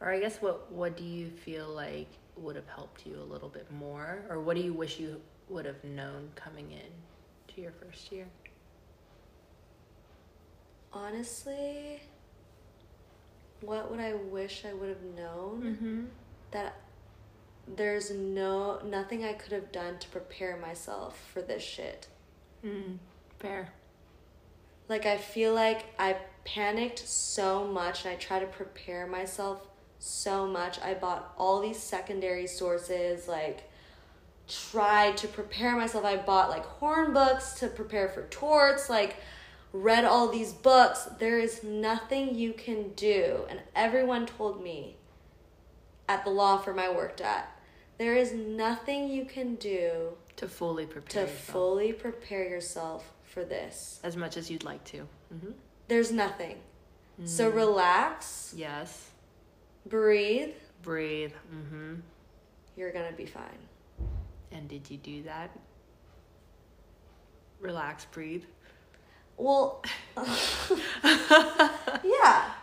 A: Or I guess what what do you feel like would have helped you a little bit more, or what do you wish you would have known coming in to your first year?
B: Honestly, what would I wish I would have known?
A: Mm-hmm.
B: that there's no nothing I could have done to prepare myself for this shit.
A: Mm. Fair.
B: Like I feel like I panicked so much and I tried to prepare myself so much. I bought all these secondary sources like tried to prepare myself. I bought like horn books to prepare for torts, like read all these books. There is nothing you can do. And everyone told me at the law firm I worked at, there is nothing you can do
A: To fully
B: to
A: prepare yourself.
B: fully prepare yourself for this.
A: as much as you'd like to. Mm-hmm.
B: There's nothing. So
A: Mm.
B: relax,
A: Yes.
B: breathe,
A: Breathe. Mm-hmm.
B: you're gonna be fine.
A: And did you do that? Relax. Breathe.
B: Well, yeah.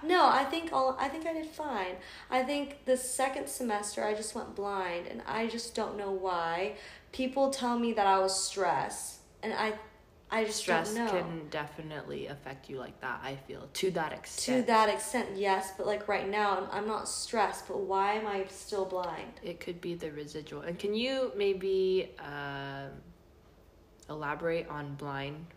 B: No, I think all I think I did fine. I think the second semester I just went blind and I just don't know why. People tell me that I was stressed and I I just
A: Stress
B: don't know.
A: can definitely affect you like that. I feel to that
B: to
A: extent.
B: that extent, yes, but like right now I'm not stressed, but why am I still blind?
A: It could be the residual. And can you maybe um elaborate on blind,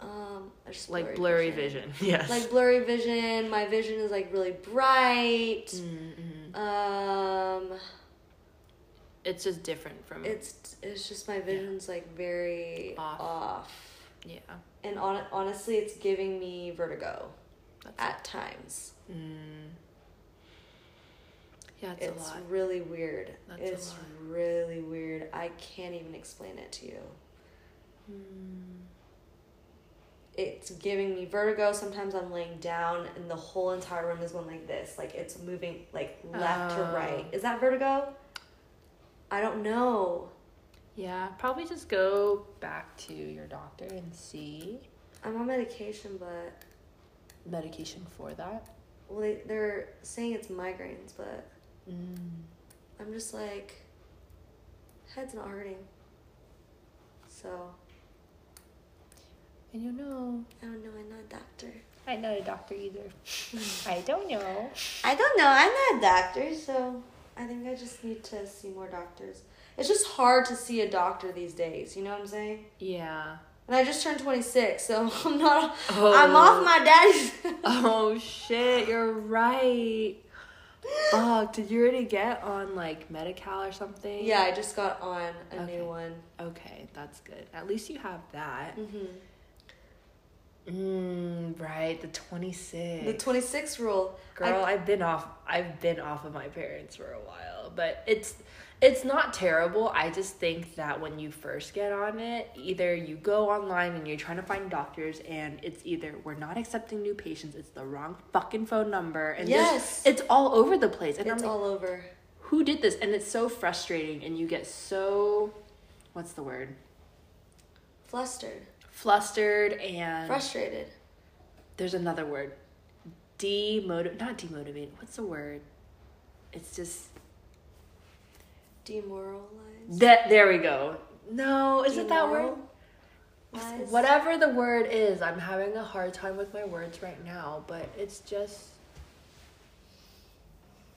B: Um, I just
A: like blurry vision? Yes.
B: Like blurry vision, my vision is like really bright.
A: Mm-mm.
B: Um,
A: Mm-hmm. It's just different from
B: it's it's just my vision's like very
A: Off.
B: off.
A: yeah.
B: And on, honestly, it's giving me vertigo
A: That's
B: at times.
A: Mm. Yeah, it's, a
B: it's
A: lot.
B: really weird.
A: That's a
B: it's
A: lot.
B: really weird. I can't even explain it to you.
A: Hmm.
B: It's giving me vertigo. Sometimes I'm laying down and the whole entire room is going like this. Like it's moving like left
A: Oh.
B: to right. Is that vertigo? I don't know.
A: Yeah, probably just go back to your doctor and see
B: I'm on medication, but
A: medication for that.
B: well, they, they're saying it's migraines, but
A: Mm.
B: I'm just like, head's not hurting. So
A: And you know,
B: I don't know. I'm not a doctor.
A: I'm not a doctor either. I don't know.
B: I don't know. I'm not a doctor, so I think I just need to see more doctors. It's just hard to see a doctor these days. You know what I'm saying?
A: Yeah.
B: And I just turned 26, so I'm not.
A: Oh.
B: I'm off my daddy's.
A: Oh shit, you're right. Fuck, did you already get on like Medi-Cal or something?
B: yeah, I just got on a
A: Okay.
B: new one.
A: Okay, that's good. At least you have that.
B: hmm
A: Mm, right, the 26.
B: The 26 rule.
A: Girl, I, have been off I've been off of my parents for a while, but it's it's not terrible. I just think that when you first get on it, either you go online and you're trying to find doctors and it's either we're not accepting new patients, it's the wrong fucking phone number and just-
B: Yes.
A: it's all over the place. And I'm
B: It's
A: like,
B: all over.
A: who did this? And it's so frustrating and you get so what's the word?
B: Flustered.
A: Flustered and
B: Frustrated.
A: there's another word. demotiv not demotivated. What's the word? It's just
B: Demoralized.
A: that. There we go. No, is it that word?
B: Demoralized?
A: Whatever the word is, I'm having a hard time with my words right now, but it's just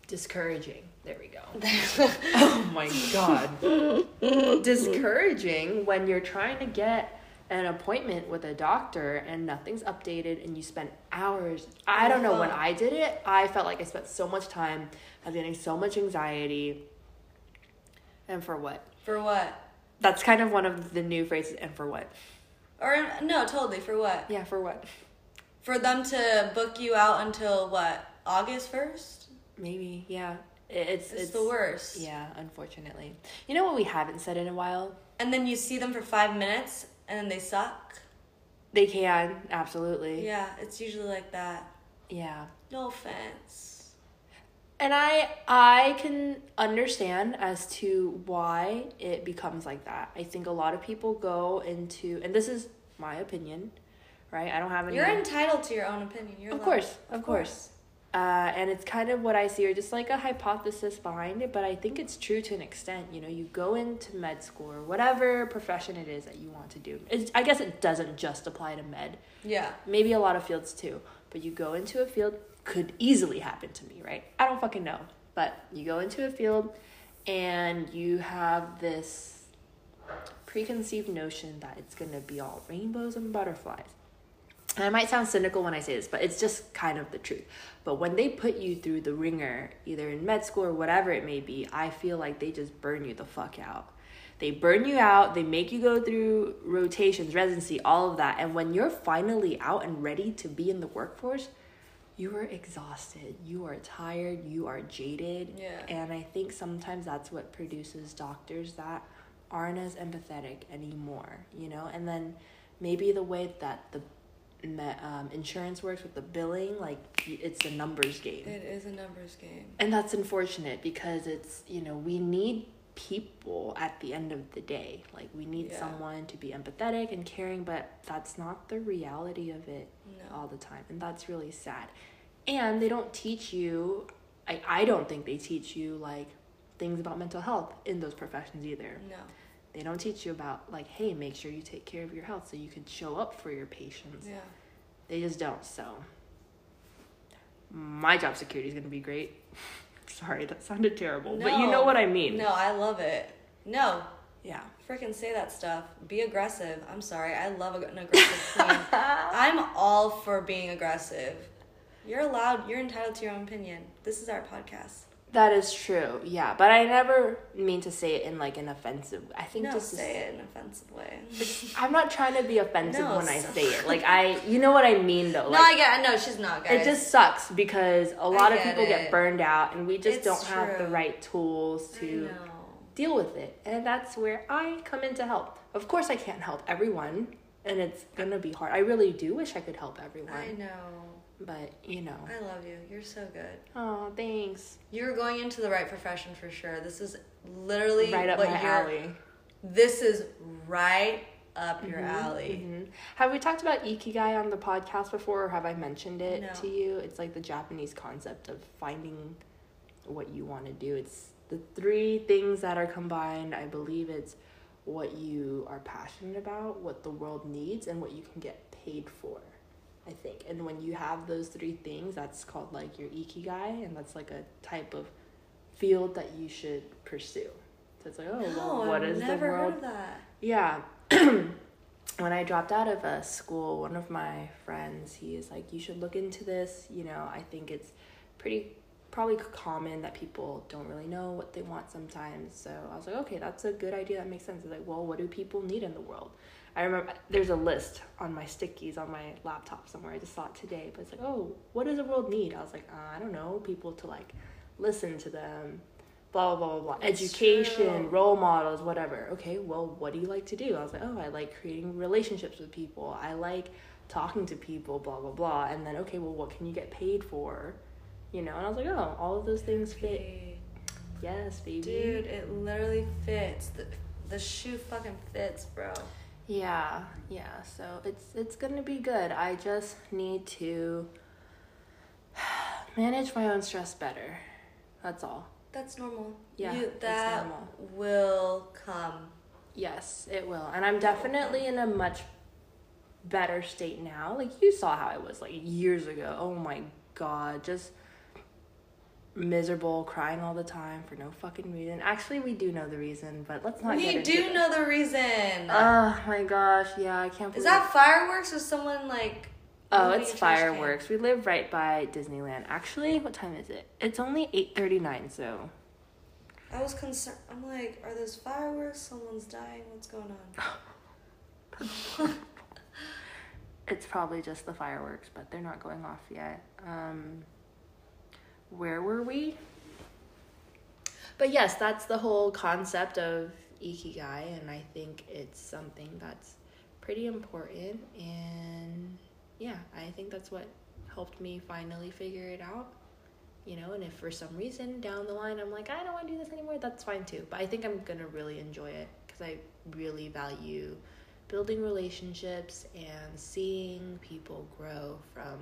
A: discouraging. There we go. oh my god. Discouraging when you're trying to get an appointment with a doctor and nothing's updated and you spend hours. I don't know when I did it. I felt like I spent so much time. I was getting so much anxiety. And for what?
B: For what?
A: That's kind of one of the new phrases and for what?
B: Or no, totally. For what?
A: Yeah, for what?
B: For them to book you out until what? August first?
A: Maybe, yeah. It- It's,
B: It's, the worst.
A: Yeah, unfortunately. You know what we haven't said in a while?
B: And then you see them for five minutes and then they suck.
A: They can, absolutely.
B: Yeah, it's usually like that.
A: yeah.
B: No offense.
A: And I I can understand as to why it becomes like that. I think a lot of people go into and this is my opinion, right? I don't have any
B: You're entitled to your own opinion. You're
A: Of
B: allowed-
A: course, of course. Uh, and it's kind of what I see, or just like a hypothesis behind it, but I think it's true to an extent. You know, you go into med school or whatever profession it is that you want to do. It's, I guess it doesn't just apply to med,
B: Yeah.
A: maybe a lot of fields too, but you go into a field, could easily happen to me, right? I don't fucking know. But you go into a field and you have this preconceived notion that it's gonna be all rainbows and butterflies. And I might sound cynical when I say this, but it's just kind of the truth. But when they put you through the ringer, either in med school or whatever it may be, I feel like they just burn you the fuck out. They burn you out, they make you go through rotations, residency, all of that. And when you're finally out and ready to be in the workforce, you are exhausted, you are tired, you are jaded.
B: Yeah.
A: And I think sometimes that's what produces doctors that aren't as empathetic anymore, you know? And then maybe the way that the me- um, insurance works with the billing, like y- it's a numbers game.
B: It is a numbers game.
A: And that's unfortunate because it's, you know, we need people at the end of the day. Like we need
B: Yeah.
A: someone to be empathetic and caring, but that's not the reality of it
B: No.
A: all the time. And that's really sad. And they don't teach you, I, I don't think they teach you like things about mental health in those professions either.
B: No.
A: They don't teach you about like, hey, make sure you take care of your health so you can show up for your patients
B: Yeah.
A: they just don't so my job security is going to be great sorry that sounded terrible but you know
B: No.
A: what i mean
B: No, I love it. No,
A: yeah
B: freaking say that stuff. Be aggressive. I'm sorry. I love ag- an aggressive queen. I'm all for being aggressive. You're allowed, you're entitled to your own opinion. This is our podcast.
A: that is true yeah but i never mean to say it in like an offensive i think
B: No,
A: just
B: say it in an offensive way.
A: i'm not trying to be offensive
B: No,
A: when i
B: stop.
A: say it like i you know what i mean though
B: no,
A: like
B: I get it. No, she's not, guys.
A: it just sucks because a lot of
B: get
A: people get
B: it.
A: burned out and we just
B: It's
A: don't have the
B: true.
A: right tools
B: I
A: to
B: know.
A: deal with it. And that's where I come in to help. Of course, I can't help everyone, and it's gonna be hard. I really do wish I could help everyone,
B: I know.
A: but you know.
B: I love you. You're so good.
A: Oh, thanks.
B: You're going into the right profession for sure. This is literally
A: Right up
B: what
A: my
B: you're,
A: alley.
B: This is right up your alley.
A: Mhm. Have we talked about ikigai on the podcast before, or have I mentioned it
B: No.
A: to you? It's like the Japanese concept of finding what you want to do. It's the three things that are combined. I believe it's what you are passionate about, what the world needs, and what you can get paid for. I think. And when you have those three things, that's called like your ikigai, and that's like a type of field that you should pursue. So it's like, oh, well, what
B: I've
A: is the
B: never
A: world
B: heard of that.
A: yeah. when I dropped out of uh, school, one of my friends, he is like, you should look into this. You know, I think it's pretty probably common that people don't really know what they want sometimes. So I was like, okay, that's a good idea. That makes sense. It's like, well, what do people need in the world? I remember there's a list on my stickies on my laptop somewhere. I just saw it today, but it's like, oh, what does the world need? I was like, uh, I don't know, people to like listen to them, blah blah blah blah blah.
B: That's
A: Education,
B: true.
A: role models, whatever. Okay, well, what do you like to do? I was like, oh, I like creating relationships with people. I like talking to people, blah blah blah. And then, okay, well, what can you get paid for? You know, and I was like, oh, all of those things fit. Yes, baby.
B: Dude, it literally fits. The, the shoe fucking fits, bro.
A: Yeah, yeah. So it's it's gonna be good. I just need to manage my own stress better. That's all.
B: That's normal.
A: Yeah,
B: You-
A: it's
B: that
A: normal.
B: will come.
A: Yes, it will. And I'm definitely in a much better state now. Like you saw how I was like years ago. Oh my god, just miserable, crying all the time for no fucking reason. Actually, we do know the reason, but let's not get
B: We
A: into
B: do
A: it.
B: know the reason.
A: Oh my gosh, yeah, I can't believe
B: Is that fireworks or someone like?
A: Oh,
B: moving
A: it's
B: a trash can?
A: fireworks. We live right by Disneyland. Actually, what time is it? It's only 8:39, so
B: I was concerned. I'm like, are those fireworks? Someone's dying. What's going on?
A: it's probably just the fireworks, but they're not going off yet. Um, where were we? But yes, that's the whole concept of ikigai, and I think it's something that's pretty important. And yeah, I think that's what helped me finally figure it out. You know, and if for some reason down the line I'm like, I don't want to do this anymore, that's fine too. But I think I'm gonna really enjoy it because I really value building relationships and seeing people grow from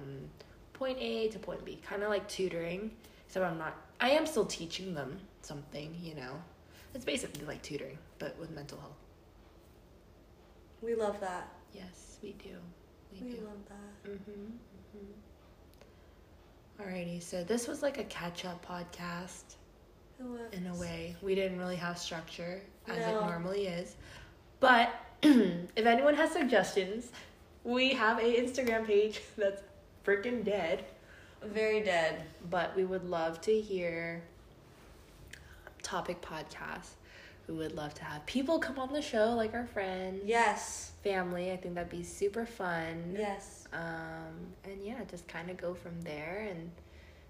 A: point A to point B, kind of like tutoring. So I'm not, I am still teaching them something, you know. It's basically like tutoring, but with mental health.
B: We love that.
A: Yes, we do. We
B: We
A: do.
B: love that.
A: Mm-hmm, mm-hmm. Alrighty, so this was like a catch up podcast
B: It was-
A: in a way. We didn't really have structure as it
B: No.
A: normally is. But if anyone has suggestions, we have a Instagram page that's freaking dead.
B: Very dead.
A: But we would love to hear topic podcasts. We would love to have people come on the show, like our friends,
B: Yes.
A: family. I think that'd be super fun.
B: Yes.
A: Um, and yeah, just kind of go from there and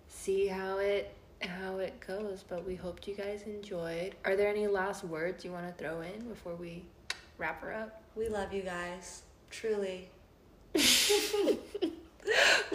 A: see how it how it goes. But we hoped you guys enjoyed. Are there any last words you want to throw in before we wrap her up?
B: We love you guys. Truly.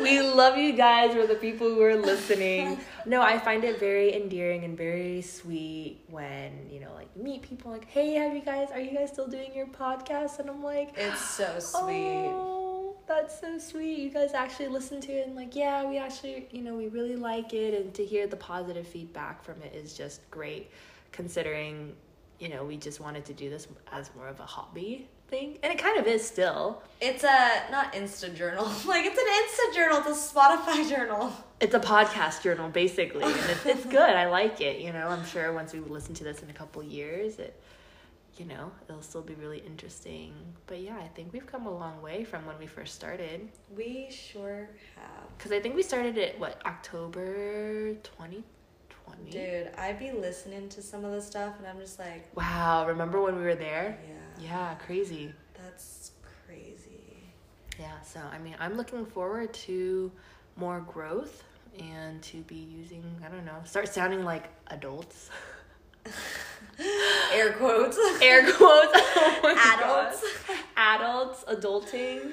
A: We love you guys for the people who are listening. No, I find it very endearing and very sweet when, you know, like you meet people like, hey, have you guys, are you guys still doing your podcast? And I'm like,
B: It's so sweet.
A: Oh, that's so sweet. You guys actually listen to it and like, yeah, we actually, you know, we really like it and to hear the positive feedback from it is just great considering, you know, we just wanted to do this as more of a hobby thing. And it kind of is still.
B: It's a not Insta journal. Like it's an Insta journal. It's a Spotify journal.
A: It's a podcast journal basically. And it's, it's good. I like it, you know. I'm sure once we listen to this in a couple years, it you know, it'll still be really interesting. But yeah, I think we've come a long way from when we first started.
B: We sure have.
A: Because I think we started it, what, October 2020?
B: Dude, I'd be listening to some of the stuff and I'm just like,
A: Wow, remember when we were
B: yeah,
A: there? Yeah, crazy.
B: that's crazy.
A: Yeah, so I mean, I'm looking forward to more growth and to be using, I don't know, start sounding like adults.
B: Air quotes.
A: Air quotes. Oh my
B: Adults.
A: gosh. Adults, adulting.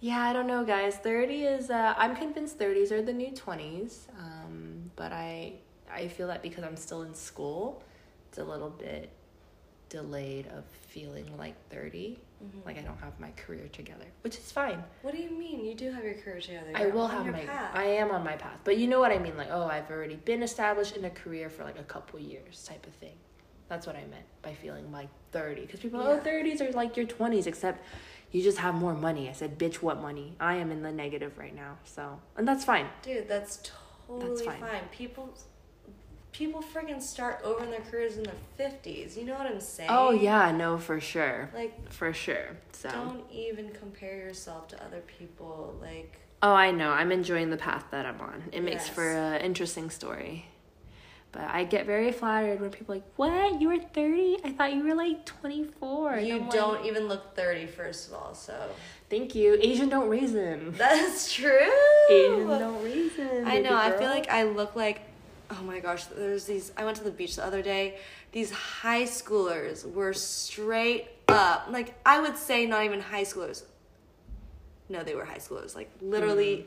A: Yeah, I don't know, guys. 30 is, uh, I'm convinced 30s are the new 20s. Um, but I, I feel that because I'm still in school, it's a little bit delayed of feeling like 30.
B: Mhm.
A: Like I don't have my career together, which is fine.
B: What do you mean? You do have your career together.
A: I
B: You're
A: will
B: on
A: have
B: your
A: my,
B: path.
A: I am on my path. But you know what I mean? Like, oh, I've already been established in a career for like a couple years type of thing. That's what I meant by feeling like 30. Because people, are, oh,
B: Yeah.
A: 30s are like your 20s, except you just have more money. I said, bitch, what money? I am in the negative right now. So, and that's fine.
B: Dude, that's totally
A: fine.
B: fine. People, people freaking start over in their careers in their fifties. You know what I'm saying?
A: Oh, yeah, no, for sure.
B: Like,
A: For sure. So,
B: don't even compare yourself to other people. Like,
A: oh, I know. I'm enjoying the path that I'm on. It makes for
B: Yes.
A: an interesting story. But I get very flattered when people are like, what? You were 30? I thought you were like 24. And
B: you
A: I'm like,
B: don't even look thirty. First of all, so
A: Thank you. Asian don't reason.
B: that's true.
A: Asian don't reason.
B: I know. I feel like I look like. Oh my gosh, there's these. I went to the beach the other day. These high schoolers were straight up. Like, I would say not even high schoolers. No, they were high schoolers. Like, literally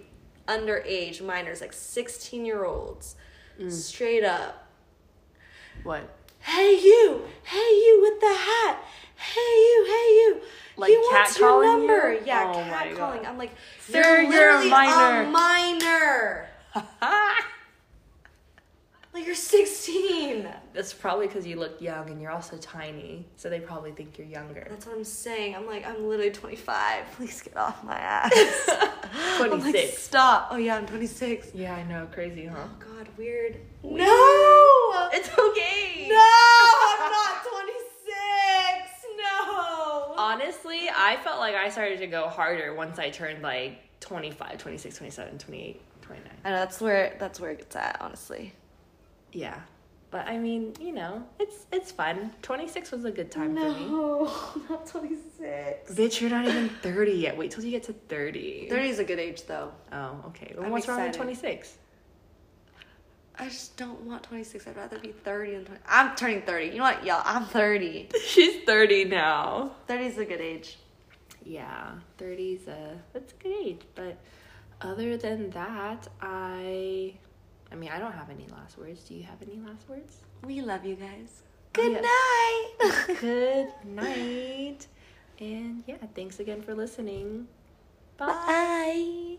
A: Mm.
B: underage minors, like 16 year olds.
A: Mm.
B: Straight up.
A: what?
B: Hey, you! Hey, you with the hat! Hey, you! Hey, you!
A: Like
B: he wants your
A: catcalling you?
B: number. Yeah,
A: Oh my
B: catcalling.
A: God.
B: I'm like,
A: Sir, you're a
B: literally
A: minor.
B: A minor. Like you're 16.
A: That's probably because you look young and you're also tiny, so they probably think you're younger.
B: That's what I'm saying. I'm like, I'm literally 25. Please get off my ass. I'm like,
A: 26.
B: stop. Oh yeah, I'm 26.
A: yeah, I know. Crazy, huh?
B: Oh God, weird. No.
A: It's okay.
B: No, I'm not 26. No.
A: Honestly, I felt like I started to go harder once I turned like 25, 26, 27, 28, 29.
B: I know that's where that's where it gets at, honestly.
A: Yeah. But I mean, you know, it's it's fun. 26 was a good time for me.
B: not 26.
A: Bitch, you're not even 30 yet. Wait till you get to 30.
B: 30 is a good age though.
A: Oh, okay.
B: I'm
A: Well, what's wrong with
B: excited.
A: 26?
B: I just don't want 26. I'd rather be 30 than 20. I'm turning 30. You know what, y'all? I'm 30.
A: She's 30 now.
B: 30 is a good age.
A: Yeah, 30's a that's a good age, but other than that, I I mean, I don't have any last words. Do you have any last words?
B: We love you guys.
A: Oh,
B: Good night.
A: good night. And yeah, thanks again for listening. Bye.
B: Bye.